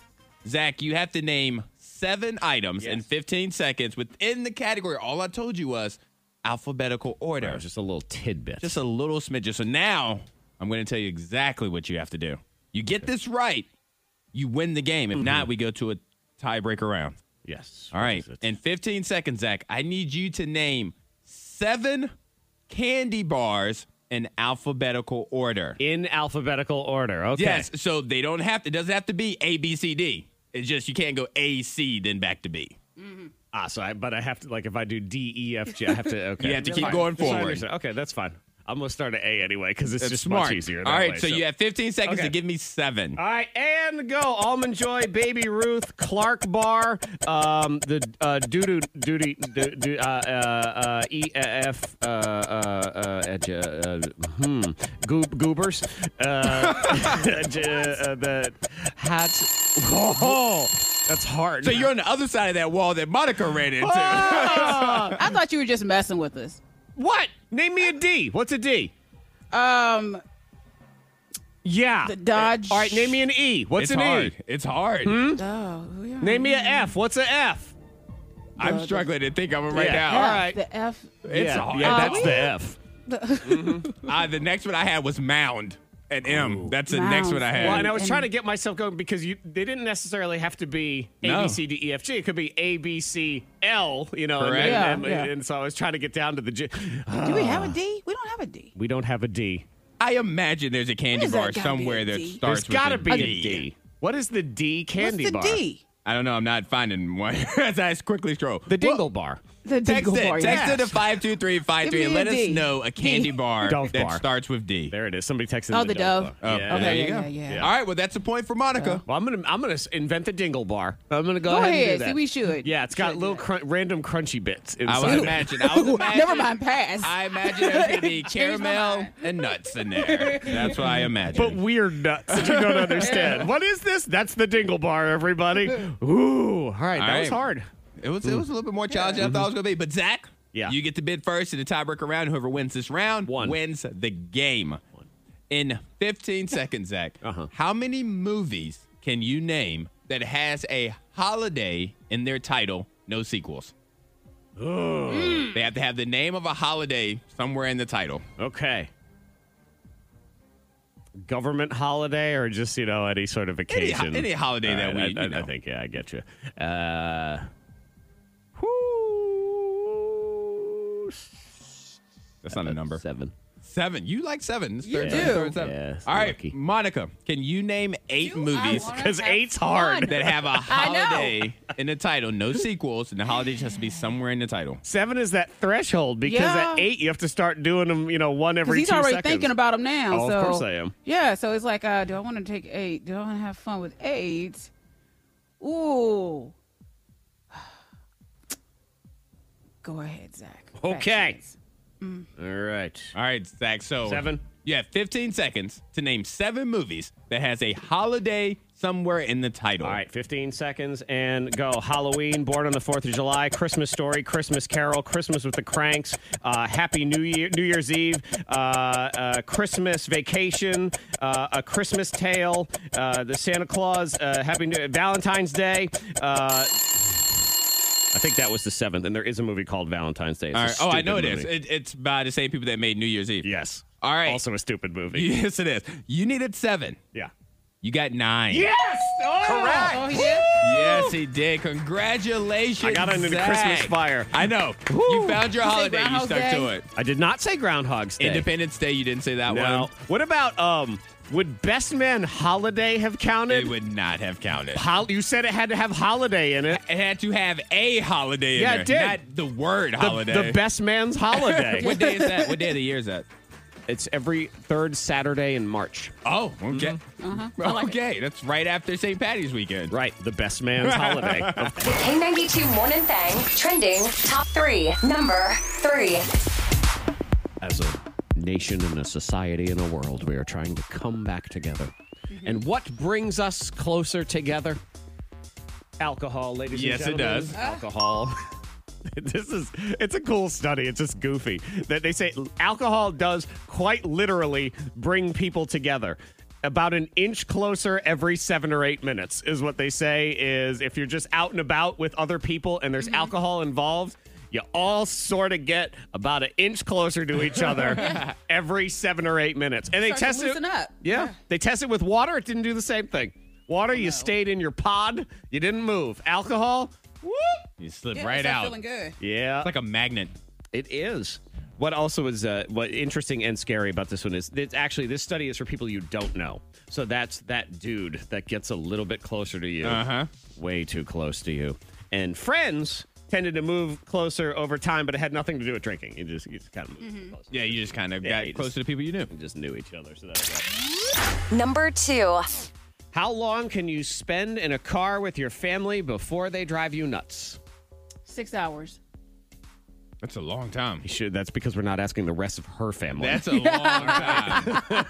[SPEAKER 2] Zach, you have to name seven items in 15 seconds within the category. All I told you was alphabetical order.
[SPEAKER 1] That was just a little tidbit.
[SPEAKER 2] just a little smidgen. So now I'm going to tell you exactly what you have to do. You get this right, you win the game. If not, we go to a tiebreaker round.
[SPEAKER 1] yes.
[SPEAKER 2] All right.
[SPEAKER 1] What is Mm-hmm. it?
[SPEAKER 2] In 15 seconds, Zach, I need you to name seven candy bars in alphabetical order.
[SPEAKER 1] in alphabetical order. Okay.
[SPEAKER 2] Yes. So they don't have to, it doesn't have to be A, B, C, D. It's just you can't go A, C, then back to B.
[SPEAKER 1] Ah, so I, but I have to like if I do D E F G, I have to. Okay.
[SPEAKER 2] You have to keep
[SPEAKER 1] Fine.
[SPEAKER 2] going
[SPEAKER 1] So I
[SPEAKER 2] forward.
[SPEAKER 1] understand. Okay, that's fine. I'm gonna start at A anyway because it's,
[SPEAKER 2] It's
[SPEAKER 1] just
[SPEAKER 2] smart.
[SPEAKER 1] much easier. that
[SPEAKER 2] All right.
[SPEAKER 1] way,
[SPEAKER 2] so, you have 15 seconds
[SPEAKER 1] Okay. Uh,
[SPEAKER 2] to give me seven.
[SPEAKER 1] All right, and go. Almond Joy, Baby Ruth, Clark Bar, um, the uh, doo-doo, duty, doo- doo- uh, uh, uh, EF, uh, uh, uh, edge, uh, uh, hmm, Goob, goobers, uh, edge, uh, uh, the hats. Oh, that's hard.
[SPEAKER 2] So you're on the other side of that wall that Monica ran into.
[SPEAKER 1] Oh,
[SPEAKER 3] I thought you were just messing with us.
[SPEAKER 1] what? Name me a D. What's a D?
[SPEAKER 3] Um,
[SPEAKER 1] Yeah.
[SPEAKER 3] the Dodge.
[SPEAKER 1] All right, name me an E. What's
[SPEAKER 2] it's
[SPEAKER 1] an
[SPEAKER 2] hard.
[SPEAKER 1] E?
[SPEAKER 2] It's hard.
[SPEAKER 3] Oh, we are-
[SPEAKER 1] Name me a F. What's a F?
[SPEAKER 2] I'm struggling to think of it right
[SPEAKER 1] Yeah.
[SPEAKER 2] now.
[SPEAKER 3] F,
[SPEAKER 1] All right.
[SPEAKER 3] The F.
[SPEAKER 2] It's
[SPEAKER 1] yeah,
[SPEAKER 2] hard.
[SPEAKER 1] yeah,
[SPEAKER 2] Uh,
[SPEAKER 1] that's the F.
[SPEAKER 2] Uh, the next one I had was mound and M. That's the next one I had.
[SPEAKER 1] Well, and I was
[SPEAKER 3] And-
[SPEAKER 1] trying to get myself going because you they didn't necessarily have to be A B C D E F G.
[SPEAKER 2] No.
[SPEAKER 1] It could be A B C L, you know. and-
[SPEAKER 2] Correct.
[SPEAKER 1] And,
[SPEAKER 3] Yeah,
[SPEAKER 1] and-
[SPEAKER 3] yeah.
[SPEAKER 1] and so I was trying to get down to the G.
[SPEAKER 3] Do we have a D? We don't have a D.
[SPEAKER 1] We don't have a D.
[SPEAKER 2] I imagine there's a candy
[SPEAKER 3] There's a-
[SPEAKER 2] bar
[SPEAKER 3] gotta be a
[SPEAKER 2] somewhere that
[SPEAKER 3] D.
[SPEAKER 2] starts
[SPEAKER 1] There's got to
[SPEAKER 2] with
[SPEAKER 1] be
[SPEAKER 2] a
[SPEAKER 1] a D. What is the D candy
[SPEAKER 3] What's the
[SPEAKER 1] bar?
[SPEAKER 3] D?
[SPEAKER 2] I don't know. I'm not finding one as I quickly scroll.
[SPEAKER 1] The Dingle Bar.
[SPEAKER 3] The
[SPEAKER 2] Text
[SPEAKER 3] Deagle
[SPEAKER 2] it.
[SPEAKER 3] Bar,
[SPEAKER 2] Text
[SPEAKER 3] yeah.
[SPEAKER 2] it to 52353
[SPEAKER 3] Give
[SPEAKER 2] and
[SPEAKER 3] me a
[SPEAKER 2] let us
[SPEAKER 3] D.
[SPEAKER 2] know a candy bar
[SPEAKER 1] Dove
[SPEAKER 2] that
[SPEAKER 1] bar.
[SPEAKER 2] starts with D.
[SPEAKER 1] There it is. Somebody texted.
[SPEAKER 3] Oh,
[SPEAKER 1] in
[SPEAKER 3] the
[SPEAKER 1] Dove.
[SPEAKER 3] Dove.
[SPEAKER 1] Bar.
[SPEAKER 2] Oh,
[SPEAKER 1] Yeah.
[SPEAKER 2] there
[SPEAKER 3] Okay,
[SPEAKER 2] you
[SPEAKER 3] yeah,
[SPEAKER 2] go.
[SPEAKER 3] yeah, yeah.
[SPEAKER 2] All right, well, that's a point for Monica.
[SPEAKER 1] Well, I'm gonna I'm gonna s- invent the dingle bar. I'm gonna go,
[SPEAKER 3] Go
[SPEAKER 1] ahead,
[SPEAKER 3] ahead.
[SPEAKER 1] and do that.
[SPEAKER 3] See, we should.
[SPEAKER 1] Yeah, it's got
[SPEAKER 3] Should do
[SPEAKER 1] little
[SPEAKER 3] that.
[SPEAKER 1] crun- random crunchy bits.
[SPEAKER 2] I
[SPEAKER 1] Inside.
[SPEAKER 2] was
[SPEAKER 1] it.
[SPEAKER 2] imagining. I was imagining
[SPEAKER 3] Never mind, pass.
[SPEAKER 2] I imagine there's going to be
[SPEAKER 3] Changed my
[SPEAKER 2] caramel
[SPEAKER 3] mind.
[SPEAKER 2] and nuts in there. That's what I imagine.
[SPEAKER 1] But weird nuts that you don't understand. What is this? That's the dingle bar, everybody. Ooh, all right, that
[SPEAKER 2] All
[SPEAKER 1] was
[SPEAKER 2] right.
[SPEAKER 1] hard.
[SPEAKER 2] It was it was a little bit more challenging than I thought it was gonna be. But Zach,
[SPEAKER 1] Hmm. Yeah.
[SPEAKER 2] you get to bid first in the tiebreaker round. Whoever wins this round
[SPEAKER 1] One.
[SPEAKER 2] wins the game. In 15 seconds, Zach,
[SPEAKER 1] Uh-huh.
[SPEAKER 2] how many movies can you name that has a holiday in their title? No sequels. Mm. They have to have the name of a holiday somewhere in the title.
[SPEAKER 1] Okay. Government holiday or just you know any sort of
[SPEAKER 2] Any,
[SPEAKER 1] occasion?
[SPEAKER 2] any holiday
[SPEAKER 1] All
[SPEAKER 2] that we,
[SPEAKER 1] right, I,
[SPEAKER 2] you
[SPEAKER 1] I- I
[SPEAKER 2] know.
[SPEAKER 1] think yeah, I get you. Uh, whoo,
[SPEAKER 2] that's not a number.
[SPEAKER 1] seven.
[SPEAKER 2] Seven. You like seven. You
[SPEAKER 3] do.
[SPEAKER 1] Yeah, it's
[SPEAKER 2] All right,
[SPEAKER 1] lucky.
[SPEAKER 2] Monica, can you name eight
[SPEAKER 3] Do I
[SPEAKER 2] movies?
[SPEAKER 3] wanna
[SPEAKER 1] Because
[SPEAKER 3] have
[SPEAKER 1] eight's hard.
[SPEAKER 3] fun?
[SPEAKER 2] that have a
[SPEAKER 3] I know.
[SPEAKER 2] holiday in the title, no sequels, and the holiday just has to be somewhere in the title.
[SPEAKER 1] Seven is that threshold because
[SPEAKER 3] Yeah.
[SPEAKER 1] at eight you have to start doing them. You know, one
[SPEAKER 3] Because
[SPEAKER 1] every.
[SPEAKER 3] he's
[SPEAKER 1] two
[SPEAKER 3] already
[SPEAKER 1] seconds.
[SPEAKER 3] thinking about them now.
[SPEAKER 1] Oh, of
[SPEAKER 3] so.
[SPEAKER 1] course I am.
[SPEAKER 3] Yeah, so it's like, uh, do I want to take eight? Do I want to have fun with eight? Ooh. Go ahead, Zach. Back
[SPEAKER 1] Okay.
[SPEAKER 3] to this.
[SPEAKER 1] All right.
[SPEAKER 2] All right, Zach. So
[SPEAKER 1] Seven.
[SPEAKER 2] You have 15 seconds to name seven movies that has a holiday somewhere in the title.
[SPEAKER 1] All right, 15 seconds and go. Halloween, Born on the 4th of July, Christmas Story, Christmas Carol, Christmas with the Cranks, uh, Happy New Year, New Year's Eve, uh, uh, Christmas Vacation, uh, A Christmas Tale, uh, the Santa Claus, uh, Happy New Valentine's Day. Uh, I think that was the seventh, and there is a movie called Valentine's Day. It's a
[SPEAKER 2] All right. Oh, I
[SPEAKER 1] stupid
[SPEAKER 2] know it is.
[SPEAKER 1] movie.
[SPEAKER 2] It, it's by the same people that made New Year's Eve.
[SPEAKER 1] Yes.
[SPEAKER 2] All right.
[SPEAKER 1] Also a stupid movie.
[SPEAKER 2] Yes, it is. You needed seven.
[SPEAKER 1] Yeah.
[SPEAKER 2] You got nine.
[SPEAKER 1] Yes! Correct!
[SPEAKER 3] Oh, he did?
[SPEAKER 2] Yes, he did. Congratulations.
[SPEAKER 1] I got under the
[SPEAKER 2] Zach.
[SPEAKER 1] Christmas fire.
[SPEAKER 2] I know. You found your
[SPEAKER 3] You say
[SPEAKER 2] holiday. You
[SPEAKER 3] Groundhog's
[SPEAKER 2] stuck to
[SPEAKER 3] Day?
[SPEAKER 2] it.
[SPEAKER 1] I did not say Groundhog's Day.
[SPEAKER 2] Independence Day. You didn't say that
[SPEAKER 1] Well,
[SPEAKER 2] one.
[SPEAKER 1] what about um? Would Best Man Holiday have counted?
[SPEAKER 2] It would not have counted.
[SPEAKER 1] Hol- you said it had to have holiday in it.
[SPEAKER 2] It had to have a holiday in
[SPEAKER 1] Yeah,
[SPEAKER 2] there,
[SPEAKER 1] it did.
[SPEAKER 2] not the word
[SPEAKER 1] The,
[SPEAKER 2] holiday.
[SPEAKER 1] the best man's holiday.
[SPEAKER 2] What day is that? What day of the year is that?
[SPEAKER 1] it's every third Saturday in March.
[SPEAKER 2] Oh, okay.
[SPEAKER 3] Uh-huh.
[SPEAKER 2] okay, that's right after St. Patty's weekend.
[SPEAKER 1] Right, the best man's holiday. Of-
[SPEAKER 4] The K92 Morning Thang trending top three. Number three.
[SPEAKER 1] As a nation and a society and a world, we are trying to come back together. And what brings us closer together? Alcohol, ladies
[SPEAKER 2] Yes, it
[SPEAKER 1] and gentlemen.
[SPEAKER 2] does.
[SPEAKER 1] Alcohol. this is it's a cool study it's just goofy that they say alcohol does quite literally bring people together about an inch closer every seven or eight minutes is what they say is if you're just out and about with other people and there's
[SPEAKER 3] Mm-hmm.
[SPEAKER 1] alcohol involved you all sort of get about an inch closer to each other every seven or eight minutes and they
[SPEAKER 3] Start to
[SPEAKER 1] test it
[SPEAKER 3] loosen up.
[SPEAKER 1] yeah they test it with water it didn't do the same thing water
[SPEAKER 3] Oh,
[SPEAKER 1] you stayed in your pod you didn't move alcohol whoop
[SPEAKER 2] You slip
[SPEAKER 3] Yeah,
[SPEAKER 2] right
[SPEAKER 3] start
[SPEAKER 2] out.
[SPEAKER 3] Feeling good.
[SPEAKER 1] yeah
[SPEAKER 2] It's like a magnet.
[SPEAKER 1] it is. What also is uh, what interesting and scary about this one is it's actually this study is for people you don't know. So that's that dude that gets a little bit closer to you,
[SPEAKER 2] Uh-huh.
[SPEAKER 1] way too close to you, and friends tended to move closer over time, but it had nothing to do with drinking. It just, you just kind of moved
[SPEAKER 3] Mm-hmm.
[SPEAKER 1] closer.
[SPEAKER 2] Yeah, you just kind of
[SPEAKER 1] Yeah,
[SPEAKER 2] got
[SPEAKER 1] you
[SPEAKER 2] close
[SPEAKER 1] just-
[SPEAKER 2] to the people you knew.
[SPEAKER 1] We just knew each other. So that was that.
[SPEAKER 4] Number two.
[SPEAKER 1] How long can you spend in a car with your family before they drive you nuts?
[SPEAKER 3] Six hours.
[SPEAKER 2] That's a long time.
[SPEAKER 1] Should, that's because we're not asking the rest of her family.
[SPEAKER 2] That's a long time.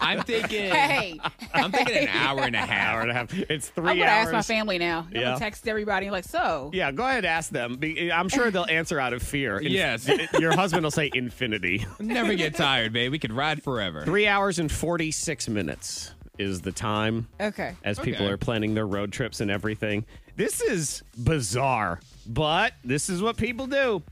[SPEAKER 2] I'm thinking.
[SPEAKER 3] Hey,
[SPEAKER 2] I'm thinking an hour and a half.
[SPEAKER 1] hour and a half. It's 3
[SPEAKER 3] I'm gonna
[SPEAKER 1] hours.
[SPEAKER 3] ask my family now. I'm
[SPEAKER 1] Yeah.
[SPEAKER 3] gonna text everybody like, so
[SPEAKER 1] Yeah, go ahead ask them. Be- I'm sure they'll answer out of fear. In-
[SPEAKER 2] Yes.
[SPEAKER 1] Your husband will say infinity.
[SPEAKER 2] Never get tired, babe. We could ride forever.
[SPEAKER 1] Three hours and 46 minutes is the time
[SPEAKER 3] okay.
[SPEAKER 1] as people
[SPEAKER 2] Okay.
[SPEAKER 1] are planning their road trips and everything. This is bizarre, but this is what people do.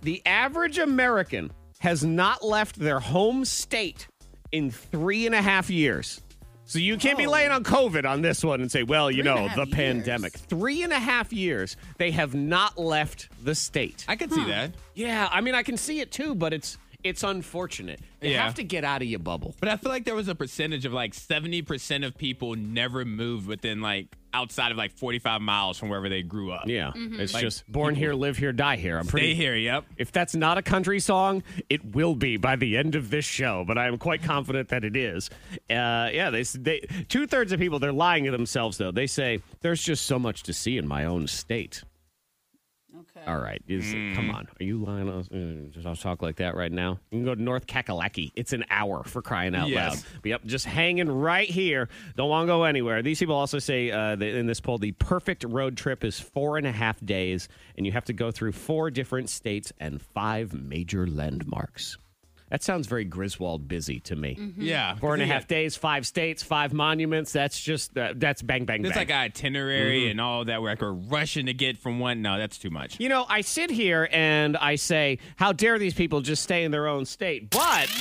[SPEAKER 1] The average American has not left their home state in three and a half years. So you can't be laying on COVID on this one and say, well, you
[SPEAKER 3] Oh. Three and
[SPEAKER 1] know,
[SPEAKER 3] a half
[SPEAKER 1] the
[SPEAKER 3] years.
[SPEAKER 1] pandemic. Three and a half years, they have not left the state.
[SPEAKER 2] I could see that.
[SPEAKER 1] Yeah, I mean, I can see it too, but it's it's unfortunate. You
[SPEAKER 2] Yeah.
[SPEAKER 1] have to get out of your bubble.
[SPEAKER 2] But I feel like there was a percentage of like 70% of people never moved within like outside of like 45 miles from wherever they grew up.
[SPEAKER 1] Yeah, it's
[SPEAKER 2] Like,
[SPEAKER 1] just born here, live here, die here. I'm
[SPEAKER 2] Stay
[SPEAKER 1] pretty.
[SPEAKER 2] here, yep.
[SPEAKER 1] If that's not a country song, it will be by the end of this show. But I am quite confident that it is. Uh, yeah, they, s- they two thirds of people they're lying to themselves though. They say there's just so much to see in my own state.
[SPEAKER 3] Okay.
[SPEAKER 1] All right, is
[SPEAKER 2] Hmm.
[SPEAKER 1] come on, are you lying? to us? Mm, Just I'll talk like that right now. You can go to North Kakalaki. It's an hour for crying out
[SPEAKER 2] Yes.
[SPEAKER 1] loud. Yep, just hanging right here. Don't want to go anywhere. These people also say uh, that in this poll, the perfect road trip is four and a half days, and you have to go through four different states and five major landmarks. That sounds very Griswold busy to me.
[SPEAKER 2] Yeah.
[SPEAKER 1] Four and a
[SPEAKER 2] Mm. Yeah.
[SPEAKER 1] half days, five states, five monuments. That's just uh, that's bang bang.
[SPEAKER 2] There's
[SPEAKER 1] bang.
[SPEAKER 2] like an itinerary
[SPEAKER 1] Mm-hmm.
[SPEAKER 2] and all that where like we're rushing to get from one. No, that's too much.
[SPEAKER 1] You know, I sit here and I say, how dare these people just stay in their own state? But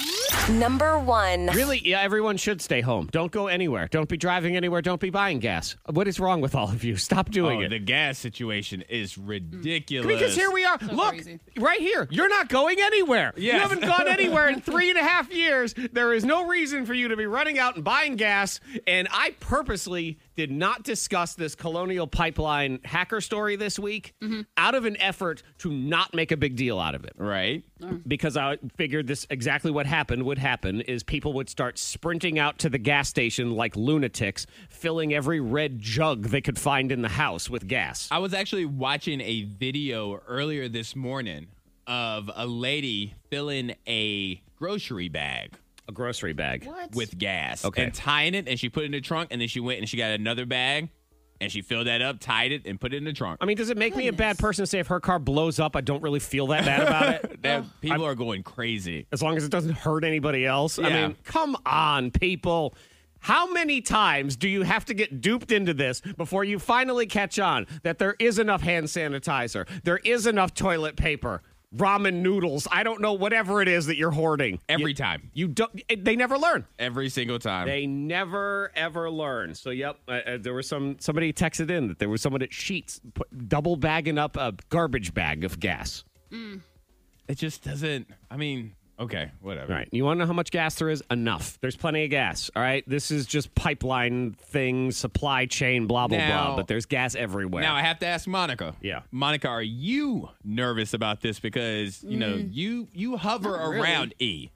[SPEAKER 4] Number one.
[SPEAKER 1] really, yeah, everyone should stay home. Don't go anywhere. Don't be driving anywhere. Don't be buying gas. What is wrong with all of you? Stop doing
[SPEAKER 2] Oh,
[SPEAKER 1] it.
[SPEAKER 2] the gas situation is ridiculous.
[SPEAKER 1] because here we are. Look,
[SPEAKER 3] crazy.
[SPEAKER 1] right here. You're not going anywhere. You
[SPEAKER 2] Yes.
[SPEAKER 1] haven't gone anywhere in three and a half years. There is no reason for you to be running out and buying gas. And I purposely did not discuss this colonial pipeline hacker story this week out of an effort to not make a big deal out of it.
[SPEAKER 2] Right?
[SPEAKER 1] because I figured this exactly what happened would happen is people would start sprinting out to the gas station like lunatics, filling every red jug they could find in the house with gas.
[SPEAKER 2] I was actually watching a video earlier this morning of a lady filling a grocery bag
[SPEAKER 1] A grocery bag.
[SPEAKER 3] What?
[SPEAKER 2] with gas
[SPEAKER 1] Okay.
[SPEAKER 2] and tying it and she put it in the trunk and then she went and she got another bag and she filled that up, tied it and put it in the trunk.
[SPEAKER 1] I mean, does it make me a bad person to say if her car blows up, I don't really feel that bad about it?
[SPEAKER 2] That- people are going crazy.
[SPEAKER 1] as long as it doesn't hurt anybody else. I
[SPEAKER 2] Yeah.
[SPEAKER 1] mean, come on, people. How many times do you have to get duped into this before you finally catch on that there is enough hand sanitizer, there is enough toilet paper, ramen noodles, I don't know whatever it is that you're hoarding.
[SPEAKER 2] Every
[SPEAKER 1] You-
[SPEAKER 2] time.
[SPEAKER 1] You don't it- they never learn.
[SPEAKER 2] Every single time.
[SPEAKER 1] They never ever learn. So yep, uh, uh, there was some somebody texted in that there was someone at Sheets put, double bagging up a garbage bag of gas.
[SPEAKER 2] it just doesn't I mean, okay, whatever.
[SPEAKER 1] All right. You want to know how much gas there is? Enough. There's plenty of gas. All right. This is just pipeline things, supply chain, blah, blah, blah.
[SPEAKER 2] Now-
[SPEAKER 1] But there's gas everywhere.
[SPEAKER 2] Now I have to ask Monica.
[SPEAKER 1] Yeah.
[SPEAKER 2] Monica, are you nervous about this because, you know, you you hover
[SPEAKER 3] Mm. really.
[SPEAKER 2] around E.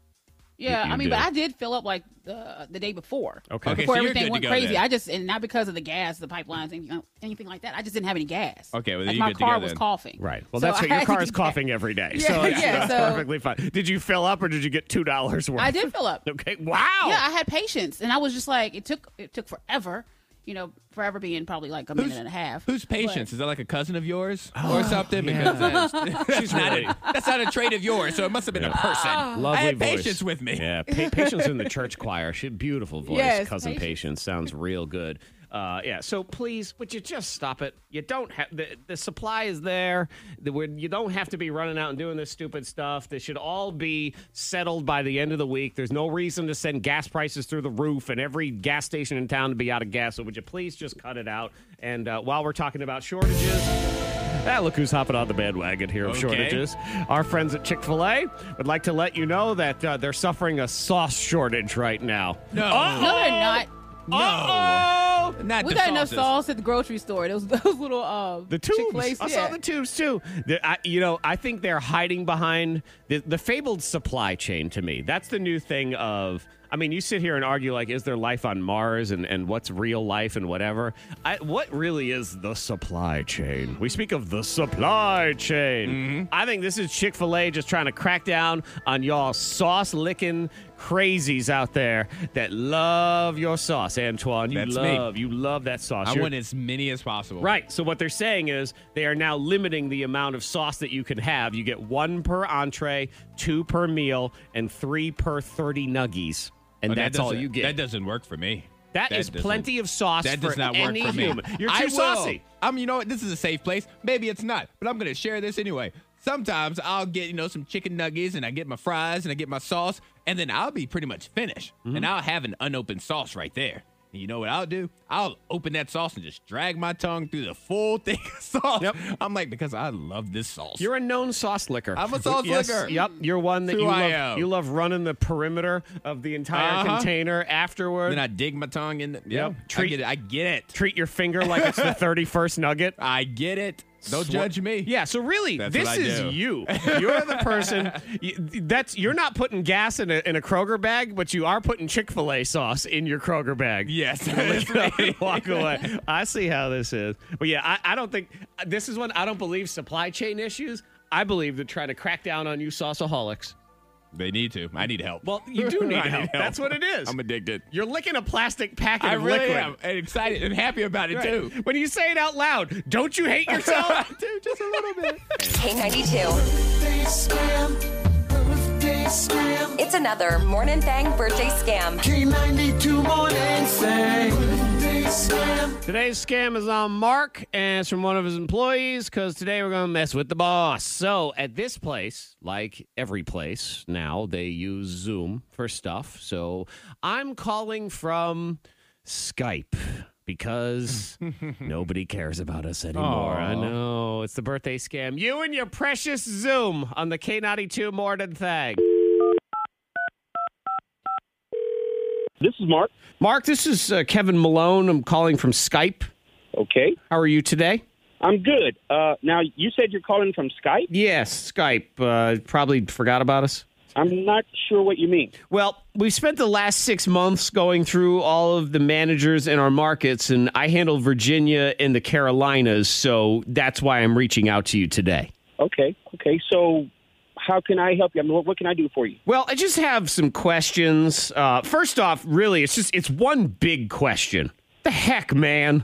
[SPEAKER 3] Yeah,
[SPEAKER 1] You
[SPEAKER 3] I mean,
[SPEAKER 1] do.
[SPEAKER 3] but I did fill up like the the day before.
[SPEAKER 1] Okay. Okay,
[SPEAKER 3] Before
[SPEAKER 2] so you're good
[SPEAKER 3] everything
[SPEAKER 2] to
[SPEAKER 3] went
[SPEAKER 2] go
[SPEAKER 3] crazy,
[SPEAKER 2] then.
[SPEAKER 3] I just and not because of the gas, the pipelines, anything, anything like that. I just didn't have any gas.
[SPEAKER 2] Okay, well,
[SPEAKER 3] like
[SPEAKER 2] you
[SPEAKER 3] my
[SPEAKER 2] good to go
[SPEAKER 3] car was
[SPEAKER 2] then.
[SPEAKER 3] coughing.
[SPEAKER 1] right. Well,
[SPEAKER 3] So
[SPEAKER 1] that's
[SPEAKER 3] I
[SPEAKER 1] right. Your
[SPEAKER 3] had to
[SPEAKER 1] car is
[SPEAKER 3] get
[SPEAKER 1] coughing
[SPEAKER 3] gas.
[SPEAKER 1] every day.
[SPEAKER 3] Yeah,
[SPEAKER 1] so it's
[SPEAKER 3] yeah,
[SPEAKER 1] that's
[SPEAKER 3] so-
[SPEAKER 1] perfectly fine. Did you fill up or did you get $2 worth?
[SPEAKER 3] I did fill up.
[SPEAKER 1] Okay. Wow.
[SPEAKER 3] Yeah, I had patience, and I was just like, it took it took forever. You know, forever being probably like a minute and a half.
[SPEAKER 2] Who's patience? Is that like a cousin of yours or something? Because that's, she's not a, that's not a trait of yours, so it must have been a
[SPEAKER 3] Ah.
[SPEAKER 2] person.
[SPEAKER 1] Lovely
[SPEAKER 2] I had
[SPEAKER 1] voice.
[SPEAKER 2] patience with me.
[SPEAKER 1] Yeah, pa- patience in the church choir. She beautiful voice,
[SPEAKER 3] Yes,
[SPEAKER 1] cousin patience.
[SPEAKER 3] Patience.
[SPEAKER 1] sounds real good. Uh, yeah, so please, would you just stop it? You don't have the, the supply is there. The, we're- you don't have to be running out and doing this stupid stuff. This should all be settled by the end of the week. There's no reason to send gas prices through the roof and every gas station in town to be out of gas. So would you please just cut it out? And uh, while we're talking about shortages. Ah, look who's hopping on the bandwagon here of
[SPEAKER 2] Okay.
[SPEAKER 1] shortages. Our friends at Chick fil A would like to let you know that uh, they're suffering a sauce shortage right now.
[SPEAKER 2] No.
[SPEAKER 3] No, they're not.
[SPEAKER 2] No.
[SPEAKER 1] Uh-oh.
[SPEAKER 2] Not
[SPEAKER 3] We
[SPEAKER 2] the
[SPEAKER 3] got enough
[SPEAKER 2] sauces.
[SPEAKER 3] sauce at the grocery store. Those those little uh,
[SPEAKER 1] The tubes.
[SPEAKER 3] Chick-fil-A's,
[SPEAKER 1] I
[SPEAKER 3] yeah.
[SPEAKER 1] saw the tubes too. The- I, you know, I think they're hiding behind the, the fabled supply chain to me. That's the new thing of. I mean, you sit here and argue like, is there life on Mars and, and what's real life and whatever? I, what really is the supply chain? We speak of the supply chain.
[SPEAKER 2] Mm-hmm.
[SPEAKER 1] I think this is Chick fil A just trying to crack down on y'all sauce licking crazies out there that love your sauce, Antoine. You
[SPEAKER 2] That's me.
[SPEAKER 1] love you love that sauce.
[SPEAKER 2] I
[SPEAKER 1] You're-
[SPEAKER 2] want as many as possible.
[SPEAKER 1] Right. So what they're saying is they are now limiting the amount of sauce that you can have. You get one per entree, two per meal, and three per thirty nuggies. And
[SPEAKER 2] But that
[SPEAKER 1] that's all
[SPEAKER 2] doesn't-
[SPEAKER 1] you get.
[SPEAKER 2] That doesn't work for me.
[SPEAKER 1] that is
[SPEAKER 2] doesn't-
[SPEAKER 1] plenty of sauce
[SPEAKER 2] That
[SPEAKER 1] for
[SPEAKER 2] does not work
[SPEAKER 1] any
[SPEAKER 2] for me.
[SPEAKER 1] human. You're too
[SPEAKER 2] I will.
[SPEAKER 1] saucy.
[SPEAKER 2] I'm. You know what? This is a safe place. Maybe it's not, but I'm gonna share this anyway. Sometimes I'll get you know some chicken nuggets and I get my
[SPEAKER 1] Mm-hmm.
[SPEAKER 2] fries and I get my sauce and then I'll be pretty much finished and I'll have an unopened sauce right there. You know what I'll do? I'll open that sauce and just drag my tongue through the full thing of sauce.
[SPEAKER 1] Yep.
[SPEAKER 2] I'm like, because I love this sauce.
[SPEAKER 1] You're a known sauce licker.
[SPEAKER 2] I'm a sauce
[SPEAKER 1] Yes,
[SPEAKER 2] licker.
[SPEAKER 1] Yep, you're one that
[SPEAKER 2] That's
[SPEAKER 1] you
[SPEAKER 2] who I
[SPEAKER 1] love.
[SPEAKER 2] am.
[SPEAKER 1] You love running the perimeter of the entire
[SPEAKER 2] Uh-huh.
[SPEAKER 1] container afterward.
[SPEAKER 2] then I dig my tongue in. The, yeah,
[SPEAKER 1] Yep.
[SPEAKER 2] I
[SPEAKER 1] Treat-
[SPEAKER 2] get it. I get it.
[SPEAKER 1] treat your finger like it's the 31st nugget.
[SPEAKER 2] I get it. Don't
[SPEAKER 1] Swa-
[SPEAKER 2] judge me.
[SPEAKER 1] Yeah, so really,
[SPEAKER 2] That's
[SPEAKER 1] this
[SPEAKER 2] what I
[SPEAKER 1] is
[SPEAKER 2] do.
[SPEAKER 1] you. You're the person. you- that's you're not putting gas in a in a Kroger bag, but you are putting Chick Fil A sauce in your Kroger bag.
[SPEAKER 2] Yes.
[SPEAKER 1] Lift it up and walk away. I see how this is. But yeah, I, I don't think this is one. I don't believe supply chain issues. I believe they're trying to crack down on you, sauceaholics.
[SPEAKER 2] they need to. I need help.
[SPEAKER 1] Well, you do need
[SPEAKER 2] I
[SPEAKER 1] help. That's what it is.
[SPEAKER 2] I'm addicted.
[SPEAKER 1] You're licking a plastic packet
[SPEAKER 2] I
[SPEAKER 1] of
[SPEAKER 2] really
[SPEAKER 1] liquid.
[SPEAKER 2] am and excited and happy about it
[SPEAKER 1] Right.
[SPEAKER 2] too.
[SPEAKER 1] When you say it out loud, don't you hate yourself?
[SPEAKER 2] Dude, just a little bit.
[SPEAKER 4] K92. It's another Morning Thang birthday scam.
[SPEAKER 6] K92 morning
[SPEAKER 1] Today's scam is on Mark, and it's from one of his employees because today we're going to mess with the boss. So, at this place, like every place now, they use Zoom for stuff. So, I'm calling from Skype because nobody cares about us anymore. I know. It's the birthday scam. You and your precious Zoom on the K92 Morden thing.
[SPEAKER 7] This is Mark.
[SPEAKER 1] Mark, this is uh, Kevin Malone. I'm calling from Skype.
[SPEAKER 7] Okay.
[SPEAKER 1] How are you today?
[SPEAKER 7] I'm good. Uh, now, you said you're calling from Skype?
[SPEAKER 1] Yes, Skype. Uh, probably forgot about us.
[SPEAKER 7] I'm not sure what you mean.
[SPEAKER 1] Well, we spent the last six months going through all of the managers in our markets, and I handle Virginia and the Carolinas, so that's why I'm reaching out to you today.
[SPEAKER 7] Okay. Okay. So, how can I help you? I mean, what, what can I do for you?
[SPEAKER 1] Well, I just have some questions. Uh, first off, really, it's just it's one big question. The heck, man.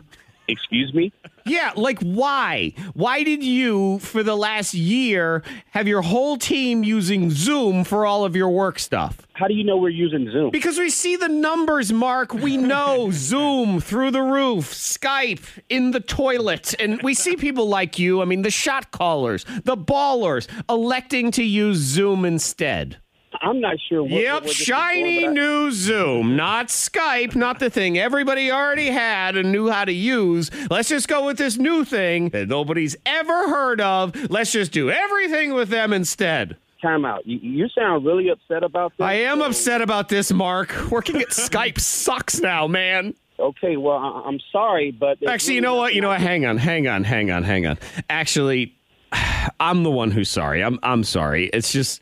[SPEAKER 7] Excuse me?
[SPEAKER 1] Yeah, like why? Why did you, for the last year, have your whole team using Zoom for all of your work stuff?
[SPEAKER 7] How do you know we're using Zoom?
[SPEAKER 1] Because we see the numbers, Mark. We know Zoom through the roof, Skype in the toilet. And we see people like you, I mean, the shot callers, the ballers, electing to use Zoom instead.
[SPEAKER 7] I'm not sure what. what- what
[SPEAKER 1] Yep,
[SPEAKER 7] this is for,
[SPEAKER 1] shiny
[SPEAKER 7] but I-
[SPEAKER 1] new Zoom, not Skype, not the thing everybody already had and knew how to use. Let's just go with this new thing that nobody's ever heard of. Let's just do everything with them instead.
[SPEAKER 7] Time out. You, you sound really upset about Um, this.
[SPEAKER 1] I am
[SPEAKER 7] so-
[SPEAKER 1] upset about this, Mark. Working at Skype sucks now, man.
[SPEAKER 7] Okay. Well, I, I'm sorry, but. there's
[SPEAKER 1] Actually, you
[SPEAKER 7] really
[SPEAKER 1] know what? You know what?
[SPEAKER 7] nothing
[SPEAKER 1] Hang on, hang on, hang on, hang on. Actually, I'm the one who's sorry. I'm I'm sorry. It's just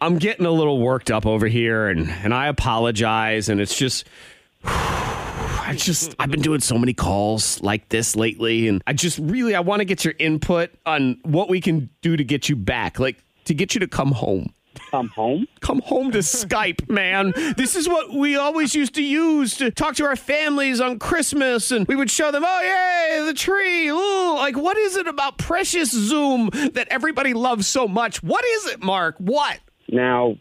[SPEAKER 1] I'm getting a little worked up over here, and and I apologize. And it's just. I just I've been doing so many calls like this lately and I just really I want to get your input on what we can do to get you back like to get you to come home
[SPEAKER 7] I can Come home.
[SPEAKER 1] come home to Skype, man. This is what we always used to use to talk to our families on Christmas, and we would show them, oh, yay, the tree. Ooh, like, what is it about precious Zoom that everybody loves so much? What is it, Mark? What?
[SPEAKER 7] Now,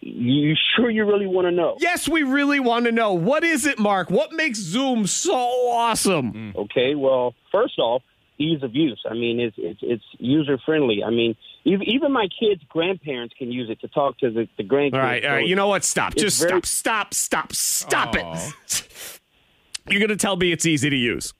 [SPEAKER 7] you sure you really want to know?
[SPEAKER 1] Yes, we really want to know. What is it, Mark? What makes Zoom so awesome?
[SPEAKER 7] Okay, well, first off, ease of use. I mean, it's it's, it's user friendly. I mean, even, even my kids' grandparents can use it to talk to the, the grandkids.
[SPEAKER 1] All right, all right.
[SPEAKER 7] So
[SPEAKER 1] You know what? Stop.
[SPEAKER 7] it's
[SPEAKER 1] Just
[SPEAKER 7] very-
[SPEAKER 1] stop, stop, stop, stop it. You're going to tell me it's easy to use.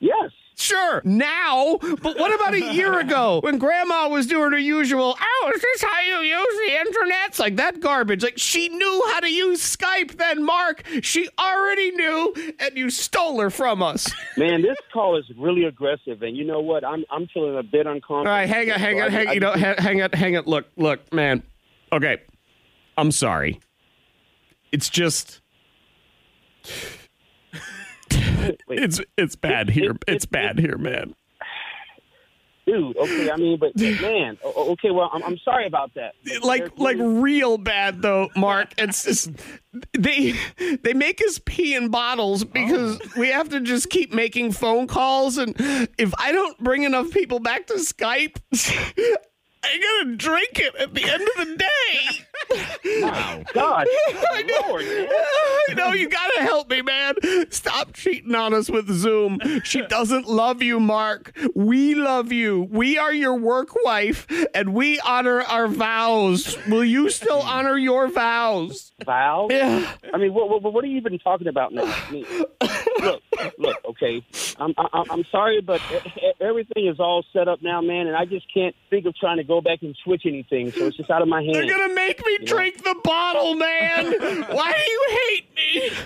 [SPEAKER 7] Yes.
[SPEAKER 1] Sure, now, but what about a year ago when grandma was doing her usual, oh, is this how you use the internet? It's like that garbage. Like she knew how to use Skype then, Mark. She already knew, and you stole her from us.
[SPEAKER 7] Man, this call is really aggressive, and you know what? I'm I'm feeling a bit uncomfortable.
[SPEAKER 1] All right, hang on, hang
[SPEAKER 7] So I-
[SPEAKER 1] on, hang
[SPEAKER 7] I
[SPEAKER 1] You know,
[SPEAKER 7] just-
[SPEAKER 1] hang, hang on, hang on. Look, look, man. Okay, I'm sorry. It's just. it's it's bad here. It's bad here, man.
[SPEAKER 7] dude. Okay, I mean, but man, o- o- okay. Well, I'm, I'm sorry about that. But
[SPEAKER 1] like
[SPEAKER 7] there's
[SPEAKER 1] like
[SPEAKER 7] really-
[SPEAKER 1] real bad though, Mark. It's just they they make us pee in bottles because we have to just keep making phone calls, and if I don't bring enough people back to Skype, I'm gonna drink it at the end of the day.
[SPEAKER 7] God, Lord, man.
[SPEAKER 1] I know you gotta help me, man. Stop cheating on us with Zoom. She doesn't love you, Mark. We love you. We are your work wife, and we honor our vows. Will you still honor your vows?
[SPEAKER 7] Val.
[SPEAKER 1] Yeah.
[SPEAKER 7] I mean, what, what, what are you even talking about now? I mean, look, look, okay. I'm, I, I'm sorry, but e- e- everything is all set up now, man, and I just can't think of trying to go back and switch anything. So it's just out of my
[SPEAKER 1] They're
[SPEAKER 7] hands.
[SPEAKER 1] gonna make me drink the bottle, man. Why do you hate me?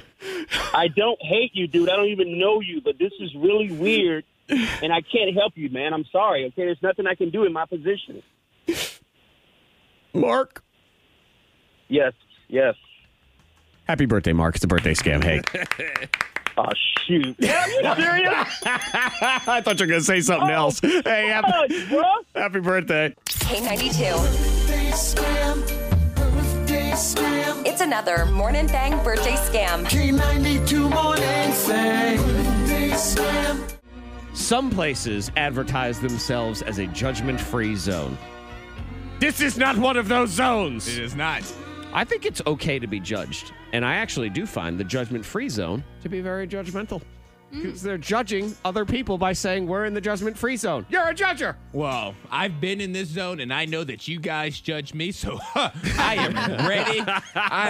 [SPEAKER 7] I don't hate you, dude. I don't even know you, but this is really weird, and I can't help you, man. I'm sorry. Okay, there's nothing I can do in my position.
[SPEAKER 1] Mark.
[SPEAKER 7] Yes, yes.
[SPEAKER 1] Happy birthday, Mark. It's a birthday scam. Hey.
[SPEAKER 7] Oh shoot! Yeah, you serious?
[SPEAKER 1] I thought you were gonna say something else. Hey,
[SPEAKER 7] Oh,
[SPEAKER 1] happy,
[SPEAKER 7] bro.
[SPEAKER 1] happy birthday.
[SPEAKER 4] K92.
[SPEAKER 6] Birthday scam. Birthday scam.
[SPEAKER 4] It's another Morning Thang birthday scam.
[SPEAKER 6] K92 morning thing. Birthday scam.
[SPEAKER 1] Some places advertise themselves as a judgment free zone. This is not one of those zones.
[SPEAKER 2] It is not.
[SPEAKER 1] I think it's okay to be judged. And I actually do find the judgment free zone to be very judgmental. Because they're judging other people by saying, we're in the judgment free zone. You're a judger.
[SPEAKER 2] Well, I've been in this zone, and I know that you guys judge me, so huh, I am ready. I,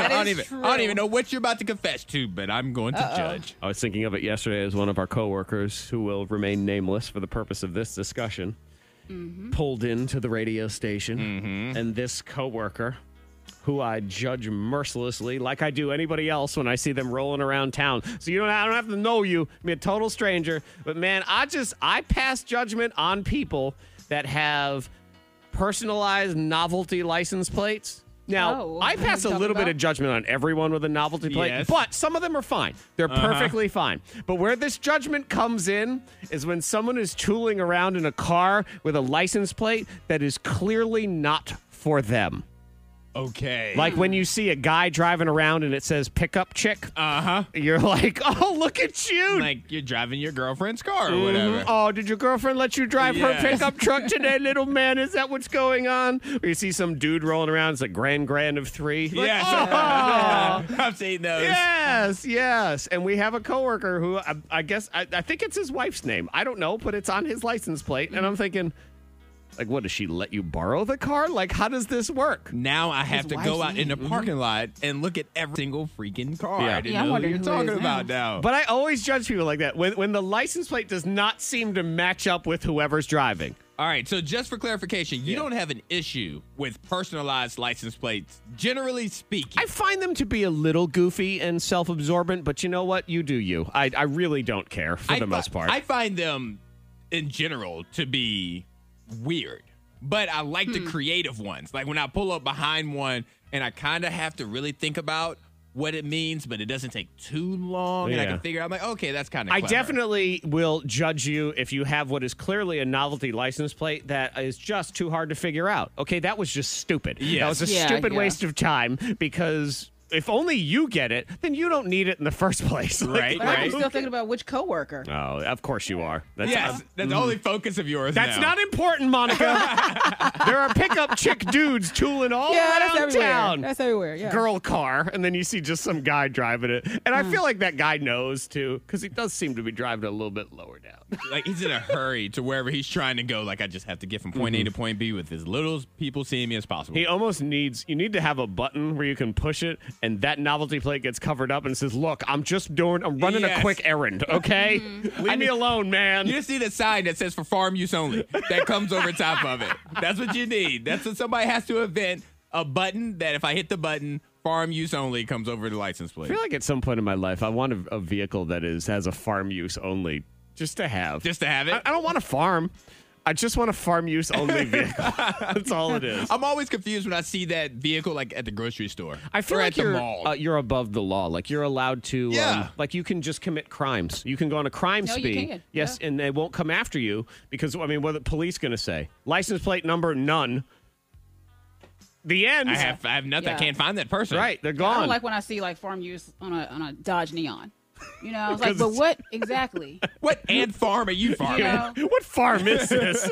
[SPEAKER 2] I don't even, I don't even know what you're about to confess to, but I'm going to judge.
[SPEAKER 1] I was thinking of it yesterday as one of our coworkers, who will remain nameless for the purpose of this discussion,
[SPEAKER 3] Mm-hmm.
[SPEAKER 1] pulled into the radio station, and this coworker, who I judge mercilessly, like I do anybody else when I see them rolling around town. So you don't, I don't have to know you. I'm a total stranger, but man, I just I pass judgment on people that have personalized novelty license plates. Now,
[SPEAKER 3] Oh,
[SPEAKER 1] I pass a
[SPEAKER 3] talk
[SPEAKER 1] little bit
[SPEAKER 3] about-
[SPEAKER 1] of judgment on everyone with a novelty plate,
[SPEAKER 2] Yes. Uh-huh.
[SPEAKER 1] but some of them are fine. They're perfectly fine. But where this judgment comes in is when someone is tooling around in a car with a license plate that is clearly not for them.
[SPEAKER 2] Okay.
[SPEAKER 1] Like when you see a guy driving around and it says pickup chick,
[SPEAKER 2] uh huh.
[SPEAKER 1] you're like, oh, look at you.
[SPEAKER 2] Like you're driving your girlfriend's car or whatever.
[SPEAKER 1] Oh, did your girlfriend let you drive
[SPEAKER 2] Yes.
[SPEAKER 1] her pickup truck today, little man? Is that what's going on? Or you see some dude rolling around, it's a grand grand of three. Like,
[SPEAKER 2] Yes.
[SPEAKER 1] "Oh."
[SPEAKER 2] I've seen those.
[SPEAKER 1] Yes, yes. And we have a coworker who I, I guess I, I think it's his wife's name. I don't know, but it's on his license plate. And I'm thinking, like, what does she let you borrow the car? Like, how does this work?
[SPEAKER 2] Now I have to go
[SPEAKER 3] wife's Mm-hmm.
[SPEAKER 2] out in the parking lot and look at every single freaking car.
[SPEAKER 1] Yeah.
[SPEAKER 2] I didn't
[SPEAKER 3] Yeah,
[SPEAKER 2] know
[SPEAKER 3] I'm
[SPEAKER 2] who
[SPEAKER 3] wondering
[SPEAKER 2] you're
[SPEAKER 3] who it is
[SPEAKER 2] talking about now.
[SPEAKER 1] But I always judge people like that when when the license plate does not seem to match up with whoever's driving.
[SPEAKER 2] All right, so just for clarification, you don't have an issue with personalized license plates, generally speaking.
[SPEAKER 1] I find them to be a little goofy and self-absorbent, but you know what? You do you. I, I really don't care for
[SPEAKER 2] I
[SPEAKER 1] the
[SPEAKER 2] fi-
[SPEAKER 1] most part.
[SPEAKER 2] I find them in general to be weird, but I like
[SPEAKER 3] Hmm.
[SPEAKER 2] the creative ones. Like when I pull up behind one and I kind of have to really think about what it means, but it doesn't take too long and I
[SPEAKER 1] Yeah.
[SPEAKER 2] can figure out, I'm like, okay, that's kind of
[SPEAKER 1] I definitely will judge you if you have what is clearly a novelty license plate that is just too hard to figure out. Okay, that was just stupid. That
[SPEAKER 2] Yes.
[SPEAKER 1] was a
[SPEAKER 3] Yeah,
[SPEAKER 1] stupid
[SPEAKER 3] yeah.
[SPEAKER 1] waste of time because if only you get it, then you don't need it in the first place. Like,
[SPEAKER 2] Right,
[SPEAKER 3] But I'm
[SPEAKER 2] right.
[SPEAKER 3] still thinking about which coworker.
[SPEAKER 1] Oh, of course you are. That's Mm.
[SPEAKER 2] Yes, that's the only focus of yours.
[SPEAKER 1] That's
[SPEAKER 2] now.
[SPEAKER 1] not important, Monica. there are pickup chick dudes tooling all
[SPEAKER 3] yeah, that's
[SPEAKER 1] around
[SPEAKER 3] everywhere.
[SPEAKER 1] town
[SPEAKER 3] That's everywhere. Yeah.
[SPEAKER 1] girl car, and then you see just some guy driving it. And I
[SPEAKER 3] Mm.
[SPEAKER 1] feel like that guy knows too, because he does seem to be driving a little bit lower down.
[SPEAKER 2] like he's in a hurry to wherever he's trying to go. Like I just have to get from point A to point B with as little as people seeing me as possible.
[SPEAKER 1] Mm-hmm. He almost needs, you need to have a button where you can push it, and that novelty plate gets covered up and says, Look, I'm just doing, I'm running a
[SPEAKER 2] Yes. Mm-hmm.
[SPEAKER 1] quick errand, okay? Leave me alone, man.
[SPEAKER 2] you just need a sign that says for farm use only that comes over top of it. That's what you need. That's what somebody has to invent a button that if I hit the button, farm use only comes over the license plate.
[SPEAKER 1] I feel like at some point in my life, I want a, a vehicle that is has a farm use only, just to have.
[SPEAKER 2] Just to have it.
[SPEAKER 1] I, I don't want a farm. I just want a farm use only vehicle. That's all it is.
[SPEAKER 2] I'm always confused when I see that vehicle like at the grocery store.
[SPEAKER 1] I feel
[SPEAKER 2] or
[SPEAKER 1] like
[SPEAKER 2] at the
[SPEAKER 1] you're
[SPEAKER 2] mall.
[SPEAKER 1] Uh, you're above the law. Like you're allowed to. Um,
[SPEAKER 2] Yeah.
[SPEAKER 1] like you can just commit crimes. You can go on a crime
[SPEAKER 3] No, you
[SPEAKER 1] spree.
[SPEAKER 3] can.
[SPEAKER 1] Yes, and they won't come after you because I mean, what are the police going to say? License plate number none. The end.
[SPEAKER 2] I have I have nothing. I
[SPEAKER 3] Yeah.
[SPEAKER 2] can't find that person.
[SPEAKER 1] Right, they're
[SPEAKER 3] I
[SPEAKER 1] gone.
[SPEAKER 3] don't like when I see like farm use on a on a Dodge Neon. You know, I was like, but what exactly?
[SPEAKER 2] What ant farm are you
[SPEAKER 3] You
[SPEAKER 2] farming?
[SPEAKER 3] know,
[SPEAKER 1] What farm is this?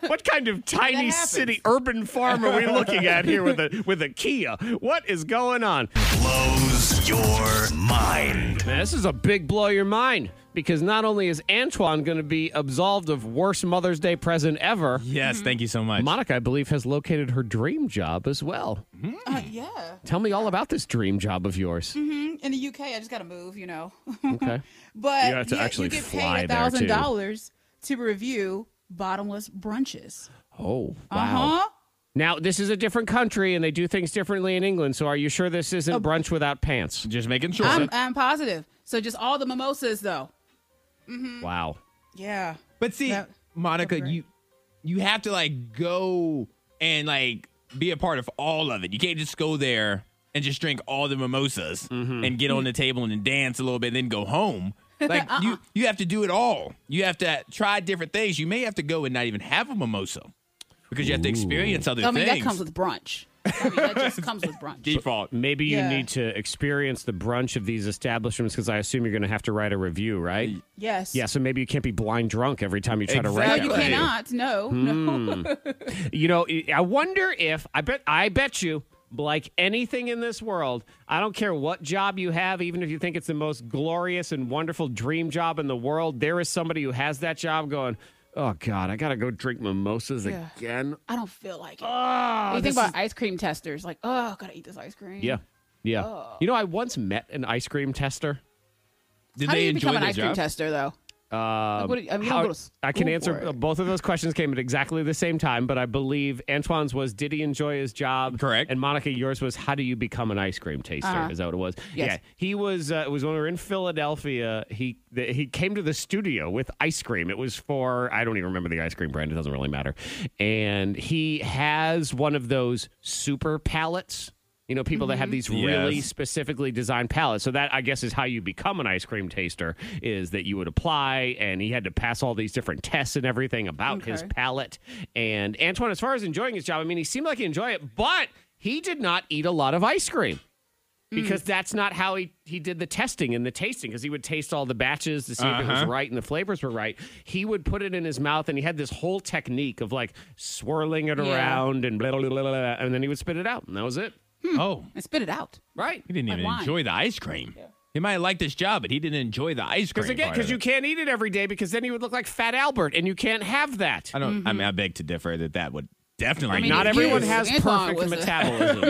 [SPEAKER 1] what kind of tiny
[SPEAKER 3] happens.
[SPEAKER 1] city urban farm are we looking at here with a with a Kia? What is going on?
[SPEAKER 5] Blows your mind.
[SPEAKER 1] Man, this is a big blow your mind because not only is Antoine going to be absolved of worst Mother's Day present ever,
[SPEAKER 8] Yes, thank you so much.
[SPEAKER 1] Monica, I believe, has located her dream job as well.
[SPEAKER 3] uh, yeah.
[SPEAKER 1] Tell me all about this dream job of yours.
[SPEAKER 3] In the UK, I just got to move. You know,
[SPEAKER 1] Okay.
[SPEAKER 3] but
[SPEAKER 1] You have to
[SPEAKER 3] yeah,
[SPEAKER 1] actually
[SPEAKER 3] you get
[SPEAKER 1] fly
[SPEAKER 3] paid
[SPEAKER 1] there, too.
[SPEAKER 3] thousand dollars to review bottomless brunches.
[SPEAKER 1] Oh, wow.
[SPEAKER 3] Uh huh.
[SPEAKER 1] Now, this is a different country and they do things differently in England, so are you sure this isn't brunch without pants?
[SPEAKER 2] Just making sure.
[SPEAKER 3] I'm, I'm positive. So just all the mimosas, though.
[SPEAKER 1] Wow.
[SPEAKER 3] Yeah.
[SPEAKER 2] But see,
[SPEAKER 3] That-
[SPEAKER 2] Monica,
[SPEAKER 3] Right.
[SPEAKER 2] you you have to like go and like be a part of all of it. You can't just go there and just drink all the mimosas
[SPEAKER 1] Mm-hmm.
[SPEAKER 2] and get on the table and then dance a little bit and then go home. Like
[SPEAKER 3] Uh-uh.
[SPEAKER 2] you you have to do it all. You have to try different things. You may have to go and not even have a mimosa because you have to experience other
[SPEAKER 3] I mean,
[SPEAKER 2] things.
[SPEAKER 3] that comes with brunch. I mean, that just comes with brunch.
[SPEAKER 2] default.
[SPEAKER 1] Maybe
[SPEAKER 3] Yeah.
[SPEAKER 1] you need to experience the brunch of these establishments because I assume you're going to have to write a review, right?
[SPEAKER 3] Yes.
[SPEAKER 1] Yeah, so maybe you can't be blind drunk every time you try to
[SPEAKER 3] No,
[SPEAKER 1] write.
[SPEAKER 2] Exactly.
[SPEAKER 3] you
[SPEAKER 1] that review.
[SPEAKER 3] cannot. No.
[SPEAKER 1] Hmm.
[SPEAKER 3] No.
[SPEAKER 1] You know, I- I wonder if I bet I bet you like anything in this world, I don't care what job you have, even if you think it's the most glorious and wonderful dream job in the world, there is somebody who has that job going, "Oh god, I got to go drink mimosas
[SPEAKER 3] Yeah.
[SPEAKER 1] again."
[SPEAKER 3] I don't feel like it.
[SPEAKER 1] Oh,
[SPEAKER 3] you think about ice cream testers, like, oh, gotta eat this ice cream.
[SPEAKER 1] yeah. Yeah.
[SPEAKER 3] Oh.
[SPEAKER 1] You know, I once met an ice cream tester.
[SPEAKER 2] Did
[SPEAKER 3] How do
[SPEAKER 2] they
[SPEAKER 3] you
[SPEAKER 2] enjoy
[SPEAKER 3] become an
[SPEAKER 2] their
[SPEAKER 3] ice cream
[SPEAKER 2] job?
[SPEAKER 3] tester, though? Um, what do you- I mean, you
[SPEAKER 1] Uh, How-
[SPEAKER 3] don't go to
[SPEAKER 1] I can
[SPEAKER 3] school
[SPEAKER 1] answer
[SPEAKER 3] for it.
[SPEAKER 1] both of those questions came at exactly the same time, but I believe Antoine's was did he enjoy his job?
[SPEAKER 2] Correct.
[SPEAKER 1] And Monica, yours was how do you become an ice cream taster? Is that what it was?
[SPEAKER 3] Yes.
[SPEAKER 1] Yeah. He was. Uh, it was when we were in Philadelphia. He the, he came to the studio with ice cream. It was for I don't even remember the ice cream brand. It doesn't really matter. And he has one of those super palettes. You know, people that have these really
[SPEAKER 2] Yes.
[SPEAKER 1] specifically designed palettes. So that I guess is how you become an ice cream taster is that you would apply and he had to pass all these different tests and everything about his
[SPEAKER 3] Okay.
[SPEAKER 1] palate. And Antoine, as far as enjoying his job, I mean he seemed like he enjoyed it, but he did not eat a lot of ice cream.
[SPEAKER 3] Hmm.
[SPEAKER 1] Because that's not how he, he did the testing and the tasting, because he would taste all the batches to see if it was right and the flavors were right. He would put it in his mouth and he had this whole technique of like swirling it
[SPEAKER 3] Yeah.
[SPEAKER 1] around and blah, blah, blah, blah, blah, and then he would spit it out and that was it.
[SPEAKER 2] Oh,
[SPEAKER 3] and spit it out.
[SPEAKER 1] Right.
[SPEAKER 2] he didn't
[SPEAKER 3] Like
[SPEAKER 2] even
[SPEAKER 3] wine.
[SPEAKER 2] enjoy the ice cream. He might have liked this job, but he didn't enjoy the ice cream.
[SPEAKER 1] Because again,
[SPEAKER 2] part of
[SPEAKER 1] because you
[SPEAKER 2] it.
[SPEAKER 1] can't eat it every day, because then you would look like Fat Albert, and you can't have that.
[SPEAKER 2] I don't. I mean, I beg to differ that that would definitely.
[SPEAKER 3] mean,
[SPEAKER 1] Not
[SPEAKER 3] it
[SPEAKER 1] everyone
[SPEAKER 3] is.
[SPEAKER 1] has
[SPEAKER 3] Antoine
[SPEAKER 1] perfect
[SPEAKER 3] was a-
[SPEAKER 1] metabolism.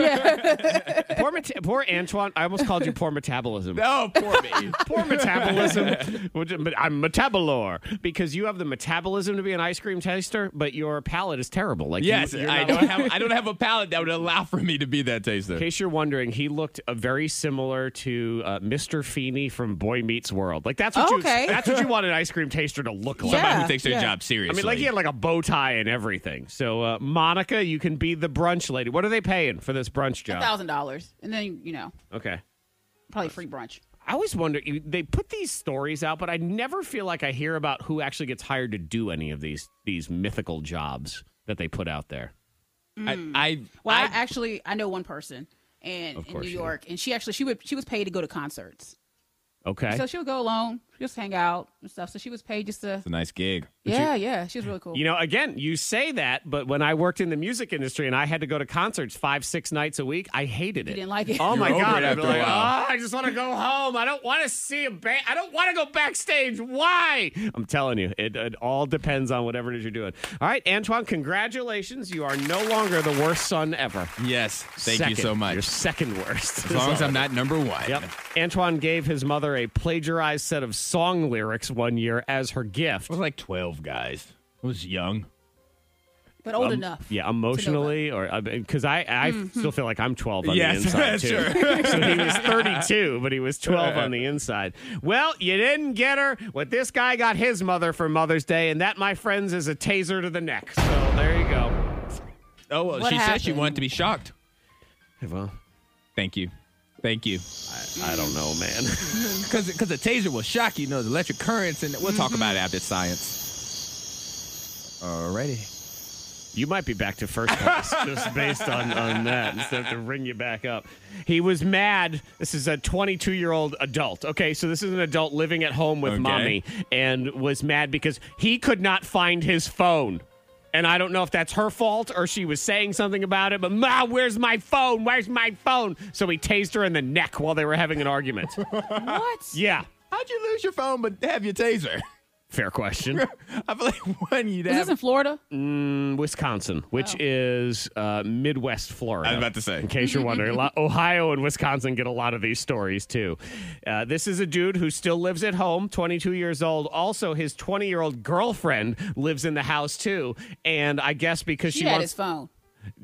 [SPEAKER 1] poor, meta- poor Antoine. I almost called you poor metabolism.
[SPEAKER 2] Oh, poor me.
[SPEAKER 1] Poor metabolism. Which- but I'm metabolor because you have the metabolism to be an ice cream taster, but your palate is terrible. Like you-
[SPEAKER 2] Yes,
[SPEAKER 1] you're
[SPEAKER 2] I
[SPEAKER 1] not-
[SPEAKER 2] don't have I don't have a palate that would allow for me to be that taster.
[SPEAKER 1] In case you're wondering, he looked uh, very similar to uh, Mr. Feeney from Boy Meets World. Like that's what you
[SPEAKER 3] Oh, Okay.
[SPEAKER 1] that's what you want an ice cream taster to look like.
[SPEAKER 2] Somebody
[SPEAKER 3] Yeah,
[SPEAKER 2] who takes their
[SPEAKER 3] yeah.
[SPEAKER 2] job
[SPEAKER 1] I
[SPEAKER 2] seriously.
[SPEAKER 1] mean, like he had like a bow tie and everything. So, uh, Monica, you can be the brunch lady. What are they paying for this brunch job?
[SPEAKER 3] Thousand dollars, and then you know,
[SPEAKER 1] Okay.
[SPEAKER 3] probably free brunch.
[SPEAKER 1] I always wonder. You, they put these stories out, but I never feel like I hear about who actually gets hired to do any of these these mythical jobs that they put out there.
[SPEAKER 2] I, I,
[SPEAKER 3] Well, I,
[SPEAKER 2] I-
[SPEAKER 3] actually I know one person, and in
[SPEAKER 1] course
[SPEAKER 3] New
[SPEAKER 1] you do.
[SPEAKER 3] York, and she actually she would she was paid to go to concerts,
[SPEAKER 1] Okay.
[SPEAKER 3] so she would go alone, just hang out and stuff. So she was paid just to.
[SPEAKER 2] it's a nice gig.
[SPEAKER 3] Yeah, yeah, she was really cool.
[SPEAKER 1] You know, again, you say that, but when I worked in the music industry and I had to go to concerts five, six nights a week, I hated it.
[SPEAKER 3] didn't like it.
[SPEAKER 1] Oh my
[SPEAKER 2] You're over
[SPEAKER 1] god!
[SPEAKER 2] it
[SPEAKER 1] I'd be
[SPEAKER 2] after a
[SPEAKER 1] like,
[SPEAKER 2] while.
[SPEAKER 1] oh, I just want to go home. I don't want to see a band. I don't want to go backstage. Why? I'm telling you, it, it all depends on whatever it is you're doing. All right, Antoine, congratulations. You are no longer the worst son ever.
[SPEAKER 2] Yes, thank
[SPEAKER 1] Second.
[SPEAKER 2] you so much.
[SPEAKER 1] You're second worst.
[SPEAKER 2] as long as I'm not number one.
[SPEAKER 1] Yep. Antoine gave his mother a plagiarized set of song lyrics one year as her gift.
[SPEAKER 2] I was like twelve guys. I was young.
[SPEAKER 3] but old enough.
[SPEAKER 1] um, Yeah, emotionally, or because I, I still feel like I'm 12 on
[SPEAKER 2] Yes,
[SPEAKER 1] the inside too.
[SPEAKER 2] sure.
[SPEAKER 1] so he was 32, but he was 12 on the inside. Well, you didn't get her. What this guy got his mother for Mother's Day, and that, my friends, is a taser to the neck. So there you go.
[SPEAKER 2] Oh well,
[SPEAKER 3] What
[SPEAKER 2] she said she
[SPEAKER 3] happened?
[SPEAKER 2] wanted to be shocked.
[SPEAKER 1] Well,
[SPEAKER 2] Thank you. Thank you.
[SPEAKER 1] I don't know, man.
[SPEAKER 2] Because because a taser will shock you, you know, the electric currents, and we'll talk about it after science. Alrighty.
[SPEAKER 1] You might be back to first place just based on, on that. Instead of to ring you back up. He was mad. This is a 22 year old adult. Okay, so this is an adult living at home with
[SPEAKER 2] Okay.
[SPEAKER 1] mommy and was mad because he could not find his phone. And I don't know if that's her fault or she was saying something about it, but Ma, where's my phone? Where's my phone? So he tased her in the neck while they were having an argument.
[SPEAKER 3] What?
[SPEAKER 1] yeah,
[SPEAKER 2] How'd you lose your phone but have your taser?
[SPEAKER 1] fair question.
[SPEAKER 2] I feel like one you'd
[SPEAKER 3] Is this
[SPEAKER 2] have.
[SPEAKER 3] in Florida?
[SPEAKER 1] Mm, Wisconsin, which
[SPEAKER 3] Oh.
[SPEAKER 1] is uh, Midwest Florida.
[SPEAKER 2] I was about to say.
[SPEAKER 1] In case you're wondering, a lot- Ohio and Wisconsin get a lot of these stories too. Uh, this is a dude who still lives at home, 22 years old. Also, his 20 year old girlfriend lives in the house too. And I guess because
[SPEAKER 3] She,
[SPEAKER 1] she,
[SPEAKER 3] had
[SPEAKER 1] wants,
[SPEAKER 3] his phone.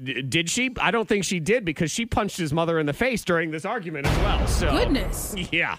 [SPEAKER 1] D- did she? I don't think she did because she punched his mother in the face during this argument as well. So
[SPEAKER 3] Goodness.
[SPEAKER 1] yeah,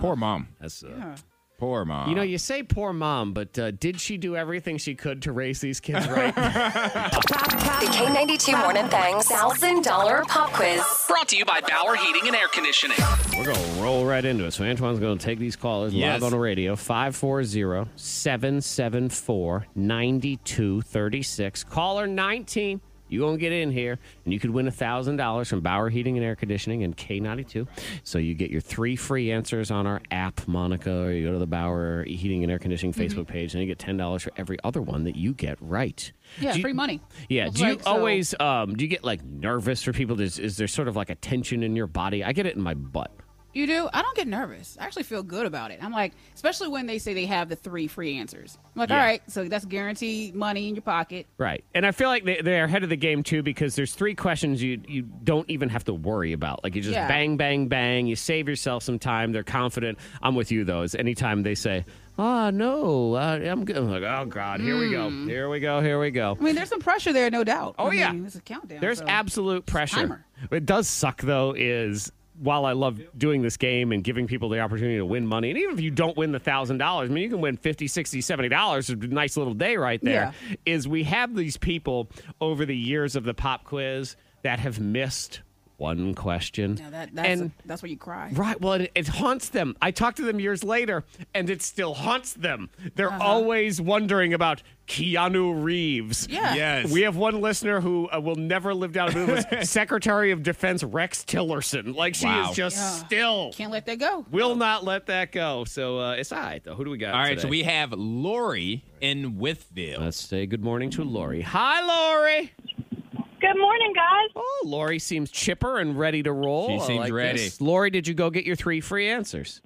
[SPEAKER 2] Poor mom.
[SPEAKER 1] that's. Uh,
[SPEAKER 2] Poor mom.
[SPEAKER 1] You know, you say poor mom, but uh, did she do everything she could to raise these kids right?
[SPEAKER 4] The K92 Morning Thang's $1,000 pop quiz.
[SPEAKER 8] Brought to you by Bauer Heating and Air Conditioning.
[SPEAKER 1] We're going to roll right into it. So Antoine's going to take these callers
[SPEAKER 2] Yes.
[SPEAKER 1] live on the radio 540 774 9236. Caller 19. you going to get in here and you could win $1,000 from Bauer Heating and Air Conditioning and K92. So you get your three free answers on our app, Monica, or you go to the Bauer Heating and Air Conditioning
[SPEAKER 3] Mm-hmm.
[SPEAKER 1] Facebook page and you get $10 for every other one that you get right.
[SPEAKER 3] Yeah,
[SPEAKER 1] Do you-
[SPEAKER 3] free money.
[SPEAKER 1] yeah.
[SPEAKER 3] Looks
[SPEAKER 1] Do you
[SPEAKER 3] like so.
[SPEAKER 1] always um, do you get like nervous for people? Is, is there sort of like a tension in your body? I get it in my butt.
[SPEAKER 3] You do? I don't get nervous. I actually feel good about it. I'm like, especially when they say they have the three free answers. I'm like, all right, so that's guaranteed money in your pocket.
[SPEAKER 1] Right. And I feel like they, they're ahead of the game too because there's three questions you you don't even have to worry about. Like you just
[SPEAKER 3] Yeah.
[SPEAKER 1] bang, bang, bang. You save yourself some time. They're confident. I'm with you though. Is anytime they say, "Ah, no, uh, I'm good," I'm like, "Oh God, here we go, here we go, here we go."
[SPEAKER 3] I mean, there's some pressure there, no doubt.
[SPEAKER 1] Oh,
[SPEAKER 3] I
[SPEAKER 1] yeah.
[SPEAKER 3] mean, it's a countdown.
[SPEAKER 1] There's
[SPEAKER 3] so.
[SPEAKER 1] absolute pressure.
[SPEAKER 3] timer.
[SPEAKER 1] What does suck though is while I love doing this game and giving people the opportunity to win money, and even if you don't win the thousand dollars, I mean you can win 50, 60, 70 dollars. It's a nice little day right there. Is
[SPEAKER 3] Yeah.
[SPEAKER 1] we have these people over the years of the pop quiz that have missed one question.
[SPEAKER 3] Now that, that's,
[SPEAKER 1] and
[SPEAKER 3] that's where you cry.
[SPEAKER 1] Right. Well, it, it haunts them. I talked to them years later, and it still haunts them. They're
[SPEAKER 3] Uh-huh.
[SPEAKER 1] always wondering about Keanu Reeves.
[SPEAKER 3] Yeah.
[SPEAKER 2] Yes.
[SPEAKER 1] We have one listener who uh, will never live down to was Secretary of Defense Rex Tillerson. Like she
[SPEAKER 2] Wow.
[SPEAKER 1] is just
[SPEAKER 3] Yeah.
[SPEAKER 1] still
[SPEAKER 3] Can't let that go.
[SPEAKER 1] will not let that go. So uh, it's all right though. Who do we got?
[SPEAKER 2] All right,
[SPEAKER 1] today?
[SPEAKER 2] so we have Lori in Withville.
[SPEAKER 1] let's say good morning to Lori. Hi, Lori.
[SPEAKER 9] Good morning, guys.
[SPEAKER 1] Oh, Lori seems chipper and ready to roll.
[SPEAKER 2] She
[SPEAKER 1] I
[SPEAKER 2] seems
[SPEAKER 1] like
[SPEAKER 2] ready.
[SPEAKER 1] this. Lori, did you go get your three free answers?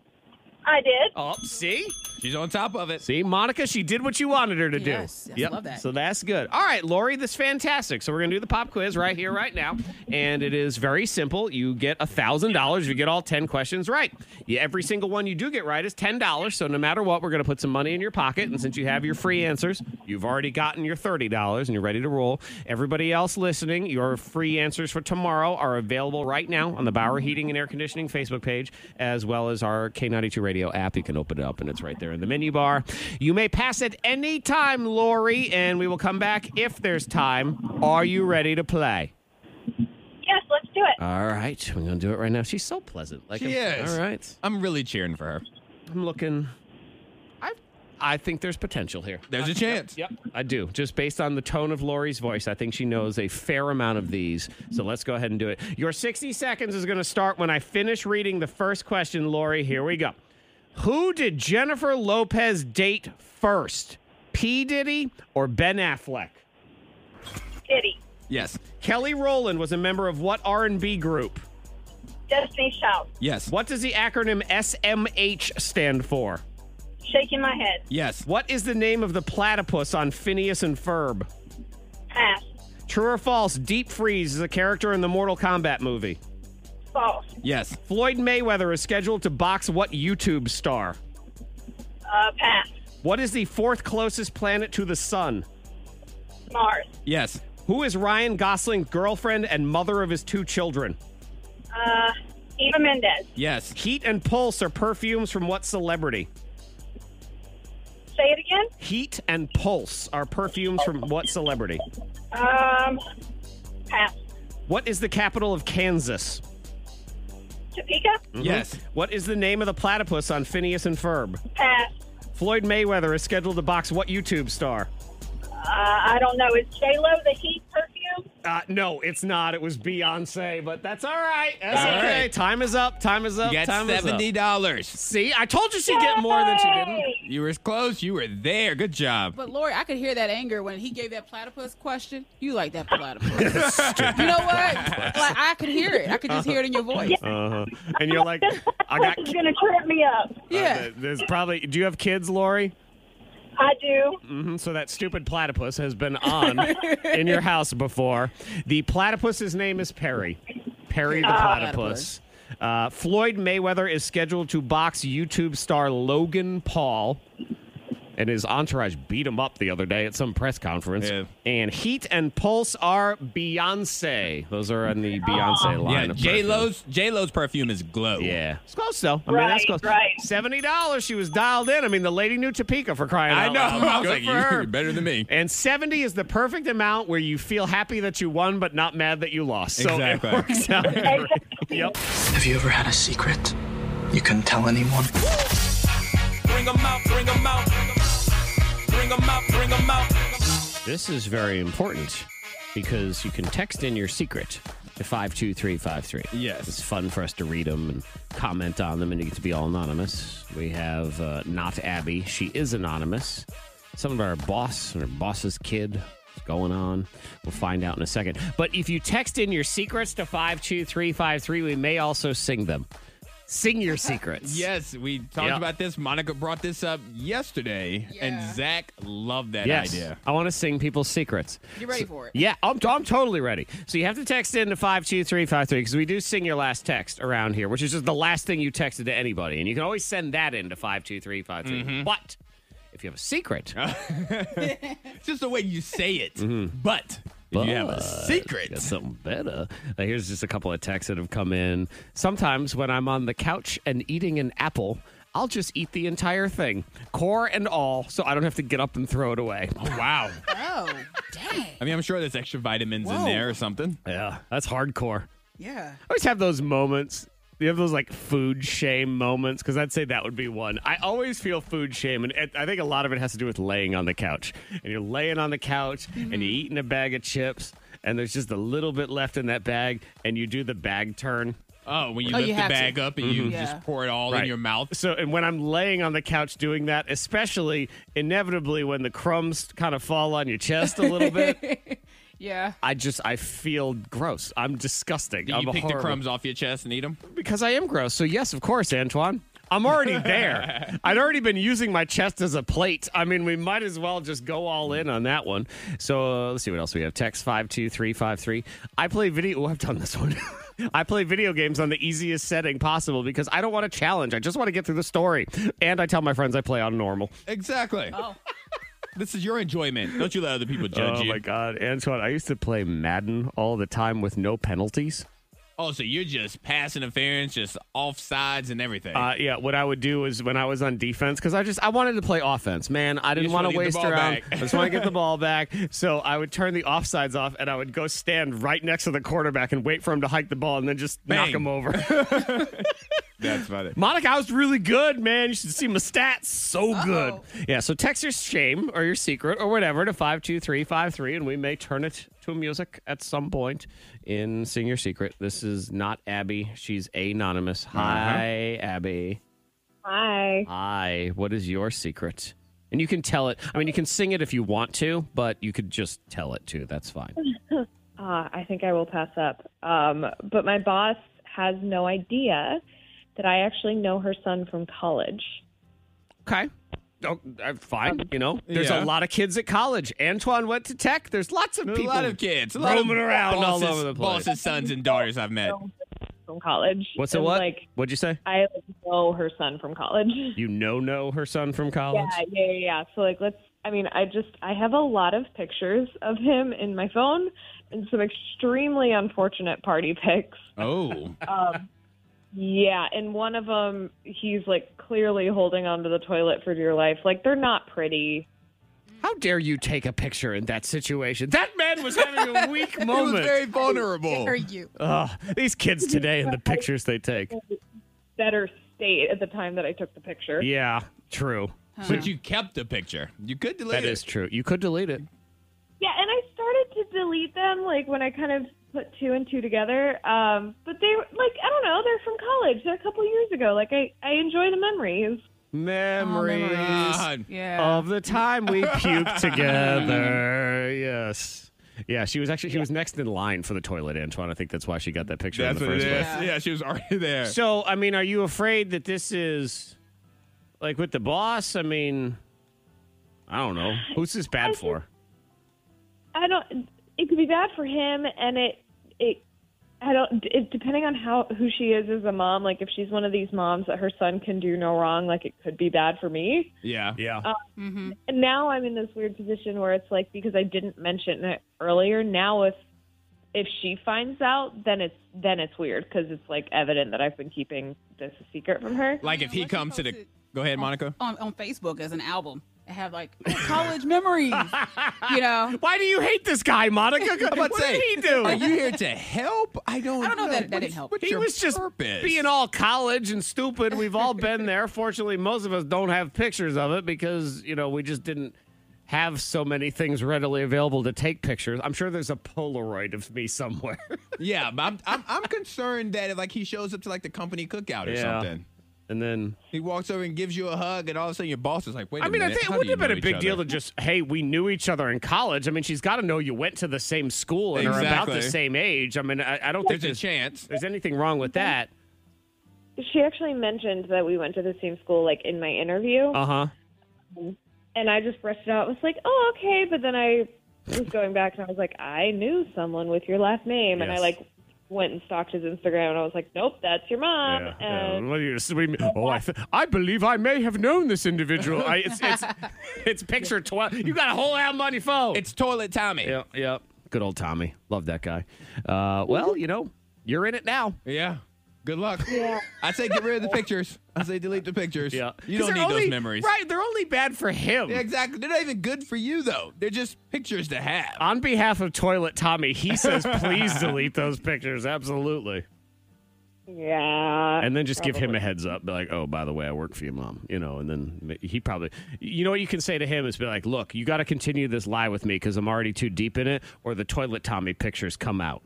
[SPEAKER 9] I did.
[SPEAKER 1] Oh, see.
[SPEAKER 2] She's on top of it.
[SPEAKER 1] See, Monica, she did what you wanted her to do.
[SPEAKER 3] Yes, yes, I love that.
[SPEAKER 1] So that's good. All right, Lori, this is fantastic. So we're gonna do the pop quiz right here, right now, and it is very simple. You get a thousand dollars. You get all ten questions right. You, every single one you do get right is ten dollars. So no matter what, we're gonna put some money in your pocket. And since you have your free answers, you've already gotten your thirty dollars, and you're ready to roll. Everybody else listening, your free answers for tomorrow are available right now on the Bauer Heating and Air Conditioning Facebook page, as well as our K92 Radio app. You can open it up, and it's right there in the menu bar. You may pass at any time, Lori, and we will come back if there's time. Are you ready to play?
[SPEAKER 9] Yes, let's do it.
[SPEAKER 1] All right, we're gonna do it right now. She's so pleasant. Like
[SPEAKER 2] She
[SPEAKER 1] I'm-
[SPEAKER 2] is.
[SPEAKER 1] All right,
[SPEAKER 2] I'm really cheering for her.
[SPEAKER 1] I'm looking. I, I think there's potential here.
[SPEAKER 2] There's a chance.
[SPEAKER 1] Yep, I do. Just based on the tone of Lori's voice, I think she knows a fair amount of these. So let's go ahead and do it. Your 60 seconds is going to start when I finish reading the first question, Lori. Here we go. Who did Jennifer Lopez date first? P. Diddy or Ben Affleck?
[SPEAKER 9] Diddy,
[SPEAKER 2] Yes.
[SPEAKER 1] Kelly Rowland was a member of what R&B group?
[SPEAKER 9] Destiny's Child,
[SPEAKER 2] Yes.
[SPEAKER 1] What does the acronym SMH stand for?
[SPEAKER 9] shaking my head.
[SPEAKER 2] Yes.
[SPEAKER 1] What is the name of the platypus on Phineas and Ferb?
[SPEAKER 9] Pass.
[SPEAKER 1] True or false, Deep Freeze is a character in the Mortal Kombat movie.
[SPEAKER 9] False.
[SPEAKER 2] Yes.
[SPEAKER 1] Floyd Mayweather is scheduled to box what YouTube star?
[SPEAKER 9] Uh, pass.
[SPEAKER 1] What is the fourth closest planet to the sun?
[SPEAKER 9] Mars.
[SPEAKER 2] Yes.
[SPEAKER 1] Who is Ryan Gosling's girlfriend and mother of his two children?
[SPEAKER 9] Uh, Eva Mendez.
[SPEAKER 2] Yes.
[SPEAKER 1] Heat and Pulse are perfumes from what celebrity?
[SPEAKER 9] Say it again.
[SPEAKER 1] Heat and Pulse are perfumes from what celebrity?
[SPEAKER 9] Um, pass.
[SPEAKER 1] What is the capital of Kansas?
[SPEAKER 9] Topeka.
[SPEAKER 2] Yes.
[SPEAKER 1] What is the name of the platypus on Phineas and Ferb?
[SPEAKER 9] Pass.
[SPEAKER 1] Floyd Mayweather is scheduled to box what YouTube star?
[SPEAKER 9] Uh, I don't know. Is J Lo the Heat perfume?
[SPEAKER 1] Uh, no, it's not. It was Beyonce, but that's all right. That's
[SPEAKER 2] All
[SPEAKER 1] okay.
[SPEAKER 2] right.
[SPEAKER 1] Time is up. Time is up.
[SPEAKER 2] You got
[SPEAKER 1] Time
[SPEAKER 2] seventy
[SPEAKER 1] is up.
[SPEAKER 2] dollars.
[SPEAKER 1] See, I told you she'd get more than she didn't.
[SPEAKER 9] Hey!
[SPEAKER 2] You were close. You were there. Good job.
[SPEAKER 3] But Lori, I could hear that anger when he gave that platypus question. You like that platypus? you know what? Like I could hear it. I could just hear it in your voice.
[SPEAKER 1] Uh-huh. And you're like, I got.
[SPEAKER 9] This is gonna trip me up.
[SPEAKER 3] Yeah.
[SPEAKER 1] There's probably. Do you have kids, Lori?
[SPEAKER 9] I do.
[SPEAKER 1] Mhm, So that stupid platypus has been on in your house before. The platypus's name is Perry. Perry the platypus. Uh, Floyd Mayweather is scheduled to box YouTube star Logan Paul. And his entourage beat him up the other day at some press conference.
[SPEAKER 2] Yeah.
[SPEAKER 1] And Heat and Pulse are Beyonce. Those are on the Beyonce line.
[SPEAKER 2] Ah. Yeah,
[SPEAKER 1] of
[SPEAKER 2] J
[SPEAKER 1] perfume.
[SPEAKER 2] Lo's J Lo's perfume is glow.
[SPEAKER 1] Yeah, it's close though. I mean,
[SPEAKER 9] Right,
[SPEAKER 1] that's close.
[SPEAKER 9] right.
[SPEAKER 1] Seventy dollars. She was dialed in. I mean, the lady knew Topeka for crying
[SPEAKER 2] I
[SPEAKER 1] out
[SPEAKER 2] know.
[SPEAKER 1] loud.
[SPEAKER 2] I was
[SPEAKER 1] Good
[SPEAKER 2] like,
[SPEAKER 1] for
[SPEAKER 2] you're
[SPEAKER 1] her.
[SPEAKER 2] better than me.
[SPEAKER 1] And 70 is the perfect amount where you feel happy that you won, but not mad that you lost. So
[SPEAKER 2] Exactly.
[SPEAKER 1] it works out. great. yep.
[SPEAKER 6] Have you ever had a secret you couldn't tell anyone?
[SPEAKER 10] Bring 'em out, bring 'em out. Bring 'em out, bring 'em out.
[SPEAKER 1] This is very important because you can text in your secret to 52353.
[SPEAKER 2] Yes.
[SPEAKER 1] It's fun for us to read them and comment on them, and you get to be all anonymous. We have uh, Not Abby. She is anonymous. Some of our boss and our boss's kid is going on. We'll find out in a second. But if you text in your secrets to 52353, we may also sing them. Sing your secrets.
[SPEAKER 2] Yes, we talked
[SPEAKER 1] Yeah.
[SPEAKER 2] about this. Monica brought this up yesterday,
[SPEAKER 3] Yeah.
[SPEAKER 2] and Zach loved that
[SPEAKER 1] Yes.
[SPEAKER 2] idea.
[SPEAKER 1] I want to sing people's secrets.
[SPEAKER 3] You ready for it?
[SPEAKER 1] Yeah, I'm, I'm totally ready. So you have to text in to 52353 because we do sing your last text around here, which is just the last thing you texted to anybody. And you can always send that in to 52353. But if you have a secret,
[SPEAKER 2] It's just the way you say it.
[SPEAKER 1] Mm-hmm.
[SPEAKER 2] But if you have a
[SPEAKER 1] you
[SPEAKER 2] secret.
[SPEAKER 1] got something better. Uh, here's just a couple of texts that have come in. Sometimes when I'm on the couch and eating an apple, I'll just eat the entire thing, core and all, so I don't have to get up and throw it away.
[SPEAKER 2] Wow.
[SPEAKER 3] Oh, dang.
[SPEAKER 2] I mean, I'm sure there's extra vitamins in
[SPEAKER 3] Whoa.
[SPEAKER 2] there or something.
[SPEAKER 1] Yeah, that's hardcore.
[SPEAKER 3] Yeah.
[SPEAKER 1] I always have those moments. You have those like food shame moments because I'd say that would be one. I always feel food shame, and it- I think a lot of it has to do with laying on the couch. And you're laying on the couch and you're eating a bag of chips, and there's just a little bit left in that bag, and you do the bag turn.
[SPEAKER 2] Oh, when you
[SPEAKER 3] Oh,
[SPEAKER 2] lift
[SPEAKER 3] you
[SPEAKER 2] the
[SPEAKER 3] have to. Mm-hmm.
[SPEAKER 2] bag up and you
[SPEAKER 3] Yeah.
[SPEAKER 2] just pour it all in
[SPEAKER 1] Right.
[SPEAKER 2] your mouth.
[SPEAKER 1] So, and when I'm laying on the couch doing that, especially inevitably when the crumbs kind of fall on your chest a little bit,
[SPEAKER 3] Yeah.
[SPEAKER 1] I just I feel gross. I'm disgusting.
[SPEAKER 2] Do
[SPEAKER 1] I'm
[SPEAKER 2] you
[SPEAKER 1] a
[SPEAKER 2] pick the
[SPEAKER 1] horrible-
[SPEAKER 2] crumbs off your chest and eat them?
[SPEAKER 1] because I am gross. So yes, of course, Antoine. I'm already there. I'd already been using my chest as a plate. I mean, we might as well just go all in on that one. So uh, let's see what else we have. Text five two three five three. I play video. Oh, I've done this one. I play video games on the easiest setting possible because I don't want a challenge. I just want to get through the story. And I tell my friends I play on normal.
[SPEAKER 2] Exactly.
[SPEAKER 3] Oh.
[SPEAKER 2] This is your enjoyment. Don't you let other people judge
[SPEAKER 1] Oh
[SPEAKER 2] you.
[SPEAKER 1] my god, Antoine! I used to play Madden all the time with no penalties.
[SPEAKER 2] Oh, so you're just pass interference, just offsides and everything.
[SPEAKER 1] Uh, yeah, what I would do is when I was on defense, because I just I wanted to play offense, man. I didn't
[SPEAKER 2] just
[SPEAKER 1] want
[SPEAKER 2] wanna
[SPEAKER 1] to
[SPEAKER 2] get the
[SPEAKER 1] waste
[SPEAKER 2] ball
[SPEAKER 1] around.
[SPEAKER 2] back.
[SPEAKER 1] I just want to get the ball back. So I would turn the offsides off, and I would go stand right next to the quarterback and wait for him to hike the ball, and then just knock
[SPEAKER 2] Bang.
[SPEAKER 1] him over.
[SPEAKER 2] That's funny.
[SPEAKER 1] Monica, I was really good, man. You should see my stats, so good. Yeah. So text your shame or your secret or whatever to five two three five three, and we may turn it to music at some point in "Sing Your Secret." This is not Abby. She's anonymous.
[SPEAKER 2] Uh-huh.
[SPEAKER 1] Hi, Abby.
[SPEAKER 9] Hi.
[SPEAKER 1] I, what is your secret? And you can tell it. I mean, you can sing it if you want to, but you could just tell it too. That's fine.
[SPEAKER 11] Uh, I think I will pass up. Um, but my boss has no idea that I actually know her son from college.
[SPEAKER 1] Okay. Oh, uh, fine. You know, there's
[SPEAKER 2] yeah.
[SPEAKER 1] a lot of kids at college. Antoine went to tech. There's lots of
[SPEAKER 2] There's
[SPEAKER 1] people.
[SPEAKER 2] a lot of kids, a lot
[SPEAKER 1] roaming
[SPEAKER 2] of
[SPEAKER 1] around all
[SPEAKER 2] bosses-
[SPEAKER 1] over the place.
[SPEAKER 2] Bosses, sons, and daughters I've met.
[SPEAKER 11] From college.
[SPEAKER 1] What's it?
[SPEAKER 11] And,
[SPEAKER 1] What?
[SPEAKER 11] Like
[SPEAKER 1] What'd you say?
[SPEAKER 11] I like, know her son from college.
[SPEAKER 1] You know, know her son from college.
[SPEAKER 11] Yeah, yeah, yeah, yeah. So like, let's. I mean, I just I have a lot of pictures of him in my phone and some extremely unfortunate party pics.
[SPEAKER 2] Oh,
[SPEAKER 11] Yeah, and one of them, he's like clearly holding onto the toilet for dear life. Like they're not pretty.
[SPEAKER 1] How dare you take a picture in that situation? That man was having a weak moment.
[SPEAKER 2] vulnerable.
[SPEAKER 3] Are you?
[SPEAKER 1] Ugh, these kids today and the pictures they take.
[SPEAKER 11] Better state at the time that I took the picture.
[SPEAKER 1] Yeah, true.
[SPEAKER 2] But you kept the picture. You could delete
[SPEAKER 1] That
[SPEAKER 2] it.
[SPEAKER 1] is true. You could delete it.
[SPEAKER 11] delete them, like when I kind of put two and two together. Um, but they were like I don't know, they're from college. They're a couple years ago. Like I, I enjoy the memories.
[SPEAKER 2] Oh,
[SPEAKER 1] Memories
[SPEAKER 2] God.
[SPEAKER 11] Yeah.
[SPEAKER 1] of the time we puked together. yes. Yeah, she was actually she was next in line for the toilet, Antoine. I think that's why she got that picture
[SPEAKER 2] That's
[SPEAKER 1] in
[SPEAKER 2] what
[SPEAKER 1] the
[SPEAKER 2] it is.
[SPEAKER 1] first place.
[SPEAKER 2] Yeah. she was already there.
[SPEAKER 1] So, I mean, are you afraid that this is like with the boss? I mean, I don't know. Who's this bad for?
[SPEAKER 11] I don't. It could be bad for him, and it it I don't. It, depending on how who she is as a mom, like if she's one of these moms that her son can do no wrong, like it could be bad for me.
[SPEAKER 2] Yeah.
[SPEAKER 1] Yeah.
[SPEAKER 11] Um, And now I'm in this weird position where it's like because I didn't mention it earlier. Now if if she finds out, then it's then it's weird because it's like evident that I've been keeping this a secret from her.
[SPEAKER 2] Like if he comes to the. Go ahead, Monica.
[SPEAKER 3] on, on Facebook as an album. I have like college memories, you know.
[SPEAKER 1] Why do you hate this guy, Monica?
[SPEAKER 2] I'm about to
[SPEAKER 1] what
[SPEAKER 2] say,
[SPEAKER 1] did he do?
[SPEAKER 2] Are you here to help? I don't.
[SPEAKER 3] I don't know that-
[SPEAKER 2] What
[SPEAKER 3] that didn't
[SPEAKER 2] is-
[SPEAKER 3] help.
[SPEAKER 2] what's
[SPEAKER 1] He
[SPEAKER 2] your
[SPEAKER 1] was just
[SPEAKER 2] purpose?
[SPEAKER 1] being all college and stupid. We've all been there. Fortunately, most of us don't have pictures of it because, you know, we just didn't have so many things readily available to take pictures. I'm sure there's a Polaroid of me somewhere.
[SPEAKER 2] Yeah, but I'm, I'm I'm concerned that if like he shows up to like the company cookout or something,
[SPEAKER 1] And then
[SPEAKER 2] he walks over and gives you a hug, and all of a sudden your boss is like, "Wait a
[SPEAKER 1] I mean,
[SPEAKER 2] minute,
[SPEAKER 1] I think it
[SPEAKER 2] how do
[SPEAKER 1] wouldn't have
[SPEAKER 2] you
[SPEAKER 1] been a
[SPEAKER 2] know
[SPEAKER 1] big
[SPEAKER 2] each
[SPEAKER 1] deal
[SPEAKER 2] other?
[SPEAKER 1] to just, hey, we knew each other in college. I mean, she's got to know you went to the same school and are about the
[SPEAKER 2] Exactly.
[SPEAKER 1] same age. I mean, I, I don't think
[SPEAKER 2] There's a chance.
[SPEAKER 1] there's anything wrong with that.
[SPEAKER 11] She actually mentioned that we went to the same school, like in my interview.
[SPEAKER 1] Uh huh.
[SPEAKER 2] Uh-huh.
[SPEAKER 11] and I just brushed it out. I was like, oh, okay. But then I was going back and I was like, I knew someone with your last name. And I
[SPEAKER 1] Yes.
[SPEAKER 11] like went and stalked his Instagram and I was like, nope, that's your mom. And
[SPEAKER 1] What do you- Um, uh, what do you mean? Oh, I, th- I believe I may have known this individual. I, it's, it's, it's picture 12. You got a whole album on your phone.
[SPEAKER 2] It's toilet Tommy.
[SPEAKER 1] yep, yep. Good old Tommy. Love that guy. Uh, well, you know, you're in it now.
[SPEAKER 2] Yeah. Good luck. Yeah. I say get rid of the pictures. I say delete the pictures.
[SPEAKER 1] Yeah.
[SPEAKER 2] You
[SPEAKER 1] 'Cause
[SPEAKER 2] don't need
[SPEAKER 1] they're only-
[SPEAKER 2] those memories.
[SPEAKER 1] Right. They're only bad for him.
[SPEAKER 2] Yeah, exactly. They're not even good for you though. They're just pictures to have.
[SPEAKER 1] On behalf of Toilet Tommy, he says, please delete those pictures. Absolutely.
[SPEAKER 11] yeah.
[SPEAKER 1] and then just give him a heads up, be like, "Oh, by the way, I work for your mom," you know. And then he probably, you know, what you can say to him is be like, "Look, you got to continue this lie with me because I'm already too deep in it, or the toilet Tommy pictures come out."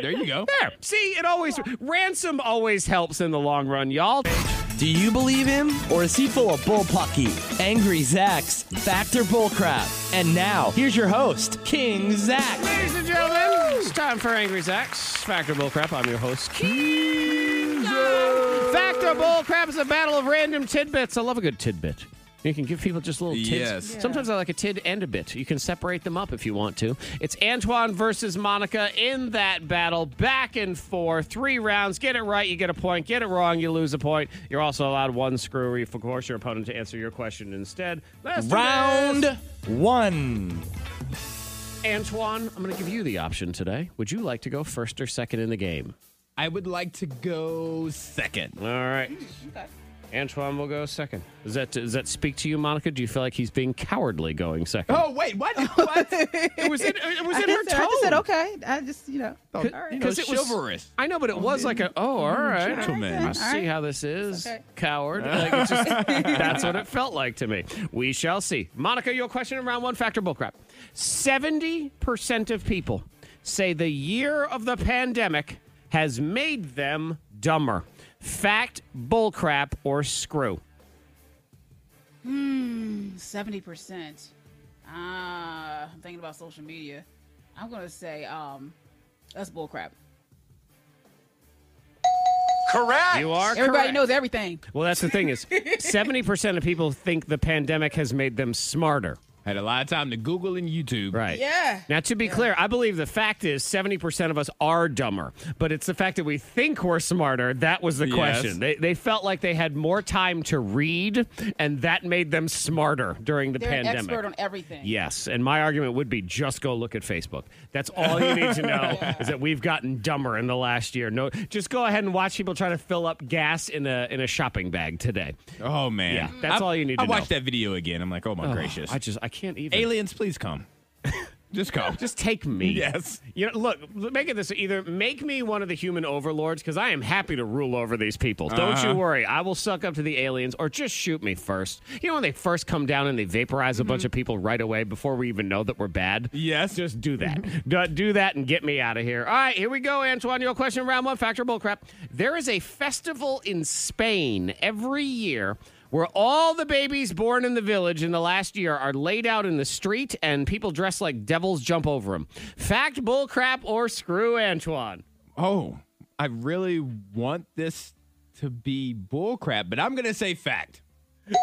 [SPEAKER 2] There you go.
[SPEAKER 1] There, see, it always ransom always helps in the long run, y'all.
[SPEAKER 12] Do you believe him, or is he full of bullpucky? Angry Zach's Factor Bullcrap. And now, here's your host, King Zach.
[SPEAKER 1] Ladies and gentlemen, it's time for Angry Zach's Factor Bullcrap. I'm your host, Keith. Factor Bullcrap is a battle of random tidbits. I love a good tidbit. You can give people just little tids.
[SPEAKER 2] Yes. Yeah.
[SPEAKER 1] Sometimes I like a tid and a bit. You can separate them up if you want to. It's Antoine versus Monica in that battle, back and forth, three rounds. Get it right, you get a point. Get it wrong, you lose a point. You're also allowed one screwy for course your opponent to answer your question instead. Let's do this.
[SPEAKER 12] Round one.
[SPEAKER 1] Antoine, I'm going to give you the option today. Would you like to go first or second in the game?
[SPEAKER 2] I would like to go second.
[SPEAKER 1] All right. Antoine will go second. Does that does that speak to you, Monica? Do you feel like he's being cowardly going second?
[SPEAKER 2] Oh wait, what? what?
[SPEAKER 1] it was in, it was in
[SPEAKER 3] I
[SPEAKER 1] her
[SPEAKER 3] just said- I just said
[SPEAKER 1] tone.
[SPEAKER 3] okay. I just you know. all right.
[SPEAKER 2] You know, chivalrous.
[SPEAKER 1] I know, but it was like a oh, all right,
[SPEAKER 2] gentleman.
[SPEAKER 1] I
[SPEAKER 3] All
[SPEAKER 1] see
[SPEAKER 3] right.
[SPEAKER 1] how this is,
[SPEAKER 3] okay.
[SPEAKER 1] coward. Like, it's just, that's what it felt like to me. We shall see. Monica, your question in round one: Factor bullcrap. Seventy percent of people say the year of the pandemic has made them dumber. Fact, bullcrap, or screw.
[SPEAKER 3] Seventy percent. Ah, I'm thinking about social media. I'm gonna say um, that's bullcrap.
[SPEAKER 1] You are
[SPEAKER 3] Everybody
[SPEAKER 1] correct.
[SPEAKER 3] knows everything.
[SPEAKER 1] Well, that's the thing is, seventy percent of people think the pandemic has made them smarter.
[SPEAKER 2] Had a lot of time to Google and YouTube.
[SPEAKER 1] Right.
[SPEAKER 3] Yeah.
[SPEAKER 1] Now, to be clear, I believe the fact is 70% of us are dumber, but it's the fact that we think we're smarter. That was the
[SPEAKER 2] Yes.
[SPEAKER 1] question. They, they felt like they had more time to read, and that made them smarter during the
[SPEAKER 3] They're an
[SPEAKER 1] pandemic.
[SPEAKER 3] expert on everything.
[SPEAKER 1] Yes, and my argument would be just go look at Facebook. That's all you need to know is that we've gotten dumber in the last year. No, just go ahead and watch people try to fill up gas in a in a shopping bag today.
[SPEAKER 2] Oh man.
[SPEAKER 1] Yeah, that's
[SPEAKER 2] I-
[SPEAKER 1] all you need
[SPEAKER 2] I
[SPEAKER 1] to
[SPEAKER 2] watched
[SPEAKER 1] know. Oh,
[SPEAKER 2] that video again. I'm like, oh my gracious.
[SPEAKER 1] I just I can't even.
[SPEAKER 2] Aliens, please come. Just come.
[SPEAKER 1] Just take me.
[SPEAKER 2] Yes.
[SPEAKER 1] You know, look, make it this either make me one of the human overlords because I am happy to rule over these people. Don't
[SPEAKER 2] Uh-huh.
[SPEAKER 1] you worry. I will suck up to the aliens or just shoot me first. You know, when they first come down and they vaporize a
[SPEAKER 2] Mm-hmm.
[SPEAKER 1] bunch of people right away before we even know that we're bad?
[SPEAKER 2] Yes.
[SPEAKER 1] Just do that. do, do that and get me out of here. All right, here we go, Antoine. Your question round one factor bullcrap. There is a festival in Spain every year. Where all the babies born in the village in the last year are laid out in the street and people dressed like devils jump over them. Fact, bullcrap, or screw Antoine?
[SPEAKER 2] Oh, I really want this to be bullcrap, but I'm gonna say fact.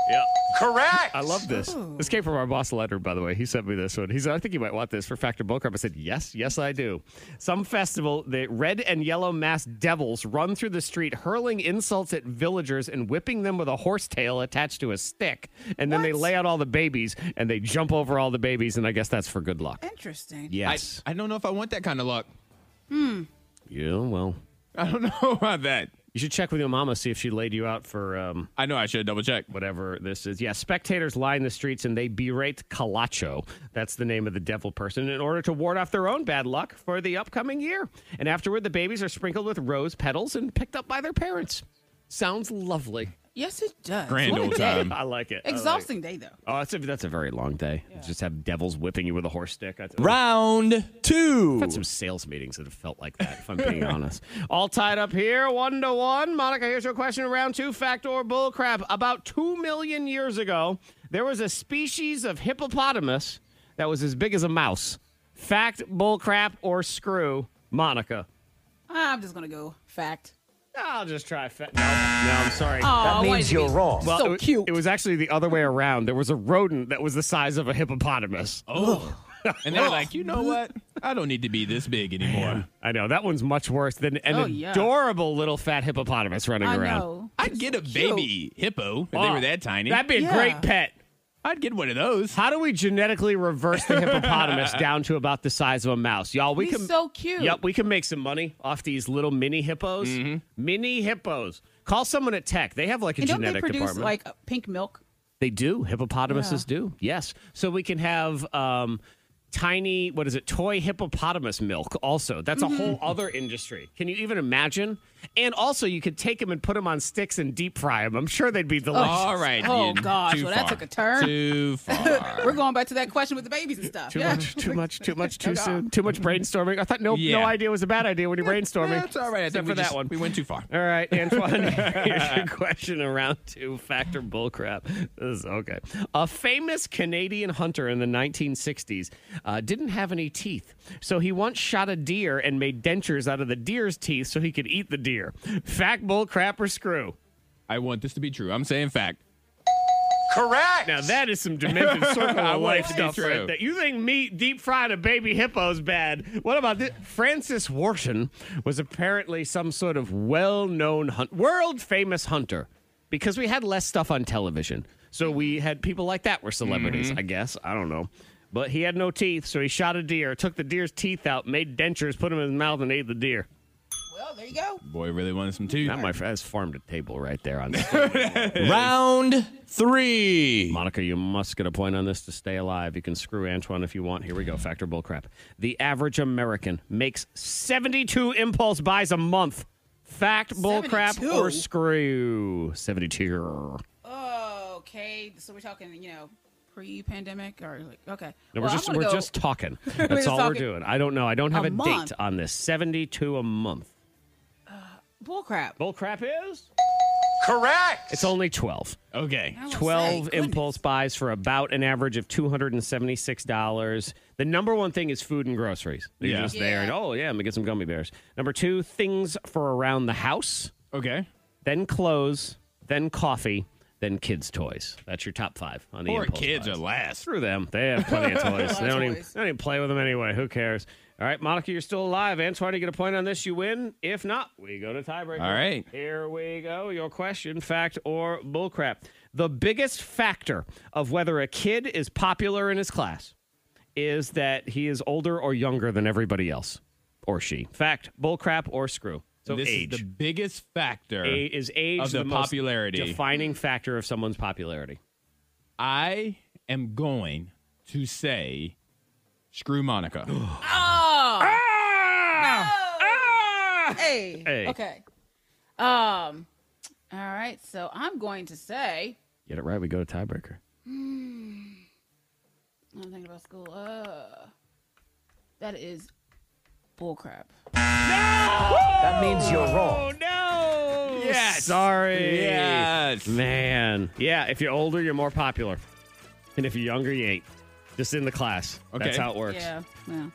[SPEAKER 1] Yeah.
[SPEAKER 2] Correct.
[SPEAKER 1] I love this. This came from our boss letter, by the way. He sent me this one. He said, I think you might want this for Factor Bullcrap. I said, Yes, yes, I do. Some festival, the red and yellow masked devils run through the street hurling insults at villagers and whipping them with a horse tail attached to a stick. And then they lay out all the babies and they jump over all the babies. And I guess that's for good
[SPEAKER 3] Eh.
[SPEAKER 1] luck.
[SPEAKER 3] Interesting.
[SPEAKER 1] Yes.
[SPEAKER 2] I, I don't know if I want that kind of luck. Hmm.
[SPEAKER 1] Yeah, well.
[SPEAKER 2] I don't know about that.
[SPEAKER 1] You should check with your mama, see if she laid you out for. Um,
[SPEAKER 2] I know I should double check.
[SPEAKER 1] Whatever this is. Yeah, spectators line the streets and they berate Calacho. That's the name of the devil person in order to ward off their own bad luck for the upcoming year. And afterward, the babies are sprinkled with rose petals and picked up by their parents. Sounds lovely.
[SPEAKER 3] Yes, it does.
[SPEAKER 1] Grand
[SPEAKER 3] What a
[SPEAKER 1] old
[SPEAKER 3] day.
[SPEAKER 1] time. I like it. I like it.
[SPEAKER 3] Exhausting day though.
[SPEAKER 1] Oh, that's a, that's a very long day. Just have devils whipping you with a horse stick. That's-
[SPEAKER 12] Round two.
[SPEAKER 1] I've had some sales meetings that have felt like that, if I'm being honest. All tied up here, one to one. Monica, here's your question in round two fact or bullcrap. About two million years ago, there was a species of hippopotamus that was as big as a mouse. Fact, bullcrap, or screw, Monica.
[SPEAKER 3] I'm just gonna go fact. Oh,
[SPEAKER 1] I'll just try fact. No, I'm sorry.
[SPEAKER 3] Aw, That means wait a you're minute. wrong.
[SPEAKER 1] Well,
[SPEAKER 3] So
[SPEAKER 1] it, cute. It was actually the other way around. There was a rodent that was the size of a hippopotamus.
[SPEAKER 2] Oh. And they're like, you know what? I don't need to be this big anymore.
[SPEAKER 1] I know that one's much worse than an
[SPEAKER 2] Oh, yeah.
[SPEAKER 1] adorable little fat hippopotamus running around.
[SPEAKER 2] I'd get a baby hippo if they
[SPEAKER 1] Oh,
[SPEAKER 2] were that tiny.
[SPEAKER 1] That'd be a great pet.
[SPEAKER 2] I'd get one of those.
[SPEAKER 1] How do we genetically reverse the hippopotamus down to about the size of a mouse, y'all? We
[SPEAKER 3] He's
[SPEAKER 1] can
[SPEAKER 3] so cute.
[SPEAKER 1] Yep, we can make some money off these little mini hippos.
[SPEAKER 2] Mm-hmm.
[SPEAKER 1] Mini hippos. Call someone at Tech. They have like a
[SPEAKER 3] and don't they
[SPEAKER 1] genetic
[SPEAKER 3] produce
[SPEAKER 1] department.
[SPEAKER 3] like pink milk?
[SPEAKER 1] They do. Hippopotamuses
[SPEAKER 3] Yeah.
[SPEAKER 1] do. Yes. So we can have um, tiny, what is it, toy hippopotamus milk also. That's
[SPEAKER 3] Mm-hmm.
[SPEAKER 1] a whole other industry. Can you even imagine? And also, you could take them and put them on sticks and deep fry them. I'm sure they'd be delicious.
[SPEAKER 2] All right.
[SPEAKER 3] Oh,
[SPEAKER 2] Ian,
[SPEAKER 3] gosh.
[SPEAKER 2] too
[SPEAKER 3] Well, that
[SPEAKER 2] far.
[SPEAKER 3] took a turn.
[SPEAKER 2] Too far.
[SPEAKER 3] We're going back to that question with the babies and stuff.
[SPEAKER 1] Too
[SPEAKER 3] yeah.
[SPEAKER 1] much, too much, too much, too soon. Too much brainstorming. I thought no,
[SPEAKER 2] Yeah.
[SPEAKER 1] no idea was a bad idea when you're brainstorming.
[SPEAKER 2] That's all right. I
[SPEAKER 1] Except
[SPEAKER 2] think
[SPEAKER 1] for
[SPEAKER 2] we
[SPEAKER 1] that
[SPEAKER 2] just-
[SPEAKER 1] one.
[SPEAKER 2] We went too far.
[SPEAKER 1] All right, Antoine, here's your question around two factor bullcrap. This is okay. A famous Canadian hunter in the 1960s uh, didn't have any teeth. So he once shot a deer and made dentures out of the deer's teeth so he could eat the deer. Fact, bullcrap, or screw?
[SPEAKER 2] I want this to be true. I'm saying fact.
[SPEAKER 1] Correct. Now, that is some dimension circle
[SPEAKER 2] I
[SPEAKER 1] of
[SPEAKER 2] want
[SPEAKER 1] life
[SPEAKER 2] it to be
[SPEAKER 1] stuff right
[SPEAKER 2] true.
[SPEAKER 1] there. You think meat deep fried a baby hippo is bad? What about this? Francis Wharton was apparently some sort of well-known hunt, world-famous hunter, because we had less stuff on television, so we had people like that were celebrities.
[SPEAKER 2] Mm-hmm.
[SPEAKER 1] I guess I don't know, but he had no teeth, so he shot a deer, took the deer's teeth out, made dentures, put them in his mouth, and ate the deer.
[SPEAKER 3] Well, there you go.
[SPEAKER 2] Boy, really wanted some too.
[SPEAKER 1] That my that's farm to table right there on.
[SPEAKER 12] Round three.
[SPEAKER 1] Monica, you must get a point on this to stay alive. You can screw Antoine if you want. Here we go. Factor bullcrap. The average American makes 72 impulse buys a month. Fact, bullcrap,
[SPEAKER 3] 72?
[SPEAKER 1] or screw? 72.
[SPEAKER 3] Okay. So we're talking, you know, pre-pandemic or like, okay.
[SPEAKER 1] No,
[SPEAKER 3] Well,
[SPEAKER 1] we're
[SPEAKER 3] I'm
[SPEAKER 1] just
[SPEAKER 3] gonna
[SPEAKER 1] we're
[SPEAKER 3] go-
[SPEAKER 1] just talking.
[SPEAKER 3] We're
[SPEAKER 1] That's
[SPEAKER 3] just
[SPEAKER 1] all
[SPEAKER 3] talking.
[SPEAKER 1] we're doing. I don't know. I don't have
[SPEAKER 3] A
[SPEAKER 1] a,
[SPEAKER 3] month.
[SPEAKER 1] date on this. 72 a month.
[SPEAKER 3] Bullcrap.
[SPEAKER 1] Bullcrap is
[SPEAKER 2] correct.
[SPEAKER 1] It's only 12.
[SPEAKER 2] Okay.
[SPEAKER 1] 12 impulse buys for about an average of $276. The number one thing is food and groceries. They're
[SPEAKER 2] Yeah.
[SPEAKER 1] just there. And, oh, yeah, I'm going to get some gummy bears. Number two, things for around the house.
[SPEAKER 2] Okay.
[SPEAKER 1] Then clothes, then coffee, then kids' toys. That's your top five on the
[SPEAKER 2] Poor
[SPEAKER 1] impulse
[SPEAKER 2] kids
[SPEAKER 1] buys.
[SPEAKER 2] are last.
[SPEAKER 1] Screw them. They have plenty of toys. they,
[SPEAKER 2] Lots
[SPEAKER 1] don't
[SPEAKER 2] of
[SPEAKER 1] even,
[SPEAKER 2] toys.
[SPEAKER 1] they don't even play with them anyway. Who cares? All right, Monica, you're still alive. Antoine, you get a point on this. You win. If not, we go to tiebreaker.
[SPEAKER 2] All right.
[SPEAKER 1] Here we go. Your question, fact or bullcrap. The biggest factor of whether a kid is popular in his class is that he is older or younger than everybody else, or she. Fact, bullcrap, or screw. So
[SPEAKER 2] this
[SPEAKER 1] age.
[SPEAKER 2] is the biggest factor
[SPEAKER 1] A- is age
[SPEAKER 2] of the,
[SPEAKER 1] most
[SPEAKER 2] popularity.
[SPEAKER 1] defining factor of someone's popularity?
[SPEAKER 2] I am going to say Screw Monica.
[SPEAKER 3] Oh.
[SPEAKER 1] Ah!
[SPEAKER 2] Ah!
[SPEAKER 3] Hey.
[SPEAKER 2] Hey.
[SPEAKER 3] Okay. Um. All right. So I'm going to say.
[SPEAKER 1] Get it right, we go to tiebreaker.
[SPEAKER 3] Hmm, I'm thinking about school. Uh, that is bullcrap.
[SPEAKER 1] That
[SPEAKER 3] means you're
[SPEAKER 1] wrong. No. Yes. Sorry.
[SPEAKER 2] Yes.
[SPEAKER 1] Man. Yeah, if you're older, you're more popular. And if you're younger, you ain't. Just in the class. That's how it works.
[SPEAKER 3] Yeah. yeah.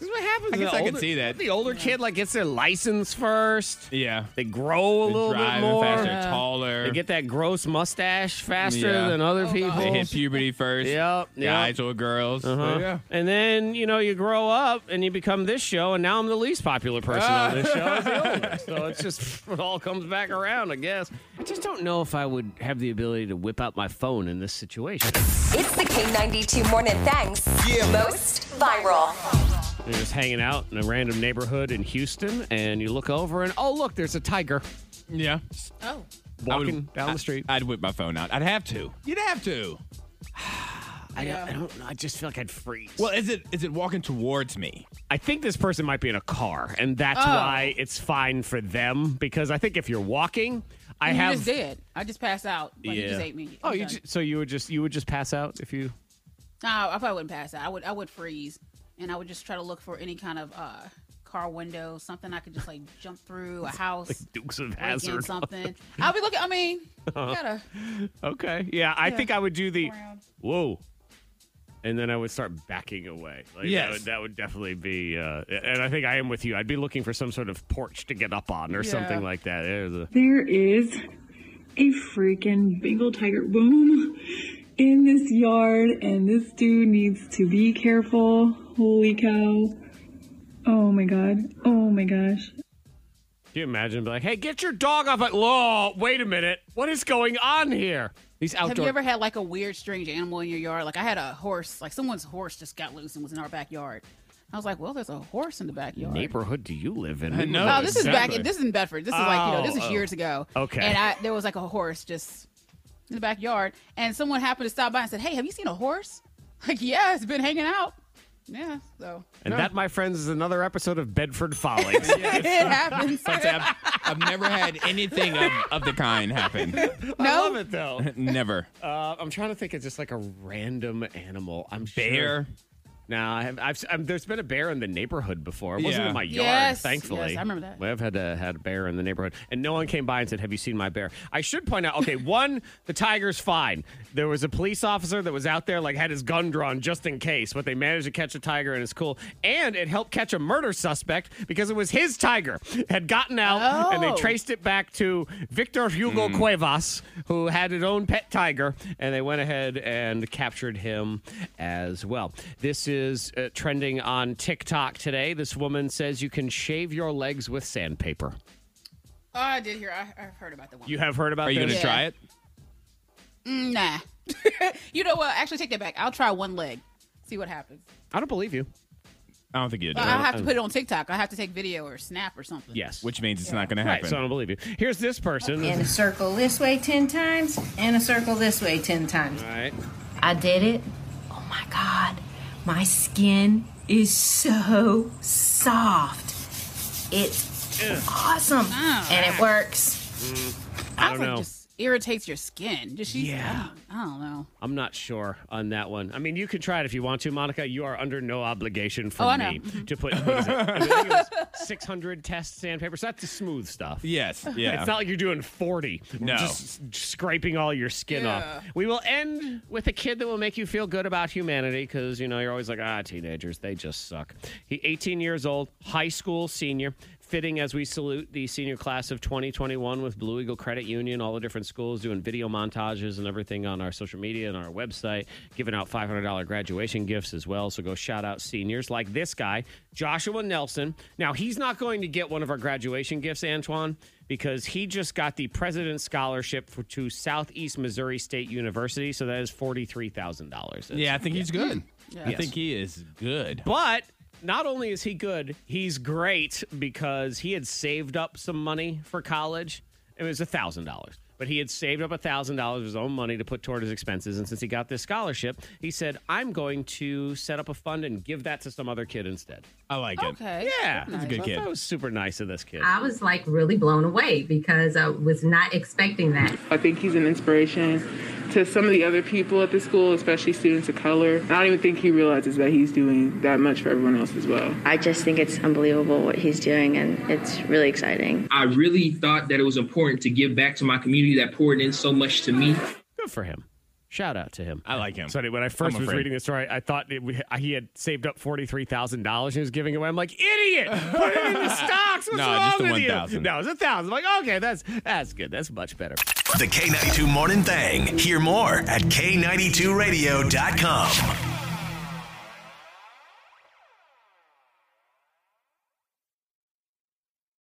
[SPEAKER 1] This is what happens.
[SPEAKER 2] I guess
[SPEAKER 1] The
[SPEAKER 2] I can
[SPEAKER 1] older-
[SPEAKER 2] see that.
[SPEAKER 1] The older kid like gets their license first.
[SPEAKER 2] Yeah.
[SPEAKER 1] They grow a little bit
[SPEAKER 2] drive
[SPEAKER 1] more.
[SPEAKER 2] faster, Yeah. taller.
[SPEAKER 1] They get that gross mustache faster
[SPEAKER 2] Yeah.
[SPEAKER 1] than other people.
[SPEAKER 2] They hit puberty first.
[SPEAKER 1] Yep, yep.
[SPEAKER 2] Guys or girls.
[SPEAKER 1] Uh-huh.
[SPEAKER 2] Yeah.
[SPEAKER 1] And then, you know, you grow up and you become this show, and now I'm the least popular person on this show. as the oldest. so it's just, it all comes back around, I guess. I just don't know if I would have the ability to whip out my phone in this situation.
[SPEAKER 4] It's the K92 Morning Thanks. Most viral.
[SPEAKER 1] You're just hanging out in a random neighborhood in Houston, and you look over, and oh, look, there's a tiger.
[SPEAKER 2] Yeah.
[SPEAKER 3] Oh.
[SPEAKER 1] Walking down the street.
[SPEAKER 2] I'd whip my phone out. I'd have to. You'd have to.
[SPEAKER 1] I, don't, I don't know. I just feel like I'd freeze.
[SPEAKER 2] Well, is it is it walking towards me?
[SPEAKER 1] I think this person might be in a car, and that's
[SPEAKER 3] Oh.
[SPEAKER 1] why it's fine for them. Because I think if you're walking, I
[SPEAKER 3] you
[SPEAKER 1] have
[SPEAKER 3] just did. I just passed out. Like, You just ate me.
[SPEAKER 1] Oh,
[SPEAKER 3] I'm
[SPEAKER 1] you
[SPEAKER 3] done.
[SPEAKER 1] just, so you would just you would just pass out if you.
[SPEAKER 3] No, I probably wouldn't pass out. I would. I would freeze, and I would just try to look for any kind of uh, car window, something I could just like jump through a house,
[SPEAKER 1] Like Dukes of
[SPEAKER 3] break in
[SPEAKER 1] Hazzard.
[SPEAKER 3] something. I'll be looking. I mean, you gotta.
[SPEAKER 1] Okay. Yeah, I
[SPEAKER 3] Yeah.
[SPEAKER 1] think I would do the
[SPEAKER 3] Around.
[SPEAKER 1] whoa, and then I would start backing away. Like, that
[SPEAKER 2] Yes.
[SPEAKER 1] would, that would definitely be. Uh, and I think I am with you. I'd be looking for some sort of porch to get up on or
[SPEAKER 13] Yeah.
[SPEAKER 1] something like that. There's a-
[SPEAKER 13] There is a freaking Bengal tiger boom in this yard, and this dude needs to be careful. Holy cow. Oh my god. Oh my gosh.
[SPEAKER 1] Can you imagine? Be like, hey, get your dog off! Like, whoa, wait a minute, what is going on here? These outdoor.
[SPEAKER 3] Have you ever had like a weird, strange animal in your yard? Like I had a horse. Like someone's horse just got loose and was in our backyard. I was like, well, there's a horse in the backyard.
[SPEAKER 1] neighborhood do you live in?
[SPEAKER 2] I know,
[SPEAKER 3] No, this is
[SPEAKER 2] exactly.
[SPEAKER 3] back. This is in Bedford. This is like you know, this
[SPEAKER 1] Oh,
[SPEAKER 3] is
[SPEAKER 1] oh.
[SPEAKER 3] years ago.
[SPEAKER 1] Okay.
[SPEAKER 3] And I there was like a horse just in the backyard, and someone happened to stop by and said, "Hey, have you seen a horse?" Like, yeah, it's been hanging out. Yeah, so
[SPEAKER 1] And that, my friends, is another episode of Bedford Follies.
[SPEAKER 3] it happens.
[SPEAKER 2] I've, I've never had anything of, of the kind happen.
[SPEAKER 1] I love it though.
[SPEAKER 2] never.
[SPEAKER 1] Uh, I'm trying to think of just like a random animal. I'm
[SPEAKER 2] Bear?
[SPEAKER 1] Sure. Now I have. I've, i there's been a bear in the neighborhood before. It wasn't
[SPEAKER 2] Yeah.
[SPEAKER 1] in my yard,
[SPEAKER 3] Yes,
[SPEAKER 1] thankfully.
[SPEAKER 3] yes, I remember that.
[SPEAKER 1] We have had uh, had a bear in the neighborhood, and no one came by and said, "Have you seen my bear?" I should point out. Okay, one, the tiger's fine. There was a police officer that was out there, like had his gun drawn just in case, but they managed to catch a tiger, and it's cool. And it helped catch a murder suspect because it was his tiger had gotten out, and
[SPEAKER 3] Oh.
[SPEAKER 1] they traced it back to Victor Hugo
[SPEAKER 2] Hmm.
[SPEAKER 1] Cuevas, who had his own pet tiger, and they went ahead and captured him as well. This is uh, trending on TikTok today. This woman says you can shave your legs with sandpaper.
[SPEAKER 3] Oh, I did hear. I, I've heard about the one.
[SPEAKER 1] You have heard about
[SPEAKER 2] Are you
[SPEAKER 1] this?
[SPEAKER 2] gonna try it?
[SPEAKER 3] Mm, nah. you know what? Actually, take that back. I'll try one leg. See what happens.
[SPEAKER 1] I don't believe you.
[SPEAKER 2] I don't think you do.
[SPEAKER 3] But I'll have to put it on TikTok. I have to take video or snap or something.
[SPEAKER 1] Uh, Yes.
[SPEAKER 2] Which means it's not going to happen.
[SPEAKER 1] Right, so I don't believe you. Here's this person.
[SPEAKER 14] In a circle this way 10 times, and a circle this way 10 times.
[SPEAKER 1] All right.
[SPEAKER 14] I did it. Oh my God. My skin is so soft. It's awesome. And it works.
[SPEAKER 1] I don't
[SPEAKER 3] Sounds like
[SPEAKER 1] know.
[SPEAKER 3] Just irritates your skin. Just she's,
[SPEAKER 1] Yeah.
[SPEAKER 3] yeah. I don't, I don't know.
[SPEAKER 1] I'm not sure on that one. I mean, you can try it if you want to, Monica. You are under no obligation from
[SPEAKER 3] Oh, I know.
[SPEAKER 1] me to put what is it? I mean, I think it was 600 test sandpaper. So that's the smooth stuff.
[SPEAKER 2] Yes. Yeah.
[SPEAKER 1] It's not like you're doing 40.
[SPEAKER 2] No.
[SPEAKER 1] Just s- scraping all your skin
[SPEAKER 2] Yeah.
[SPEAKER 1] off. We will end with a kid that will make you feel good about humanity because, you know, you're always like, ah, teenagers, they just suck. He, 18 years old, high school senior. Fitting as we salute the senior class of 2021 with Blue Eagle Credit Union, all the different schools doing video montages and everything on our social media and our website, giving out $500 graduation gifts as well. So go shout out seniors like this guy, Joshua Nelson. Now, he's not going to get one of our graduation gifts, Antoine, because he just got the president's scholarship for, to Southeast Missouri State University. So that is $43,000.
[SPEAKER 2] yeah, I think he's good.
[SPEAKER 1] Yeah.
[SPEAKER 2] I
[SPEAKER 1] Yes.
[SPEAKER 2] think he is good.
[SPEAKER 1] But not only is he good, he's great because he had saved up some money for college It was a thousand dollars. But he had saved up a thousand dollars of his own money to put toward his expenses, and since he got this scholarship, he said, "I'm going to set up a fund and give that to some other kid instead." I like
[SPEAKER 3] it. Okay.
[SPEAKER 1] Yeah,
[SPEAKER 3] That's He's a nice. good
[SPEAKER 1] So I
[SPEAKER 3] kid.
[SPEAKER 1] thought It was super nice of this kid.
[SPEAKER 3] I was like really blown away because I was not expecting that.
[SPEAKER 7] I think he's an inspiration to some of the other people at the school, especially students of color. I don't even think he realizes that he's doing that much for everyone else as well.
[SPEAKER 11] I just think it's unbelievable what he's doing, and it's really exciting.
[SPEAKER 14] I really thought that it was important to give back to my community that poured in so much to me.
[SPEAKER 1] Good for him. Shout out to him.
[SPEAKER 2] I like him.
[SPEAKER 1] So when I first
[SPEAKER 2] I'm
[SPEAKER 1] was
[SPEAKER 2] afraid.
[SPEAKER 1] reading the story, I thought it, we, he had saved up forty three thousand dollars and he was giving it away. I'm like, idiot! Put it in the stocks. What's
[SPEAKER 5] No,
[SPEAKER 1] wrong
[SPEAKER 5] just the
[SPEAKER 1] with you?
[SPEAKER 5] 1,000.
[SPEAKER 1] No, it's a thousand. I'm like, okay, that's that's good. That's much better.
[SPEAKER 5] The K92 Morning Thang. Hear more at K92Radio.com.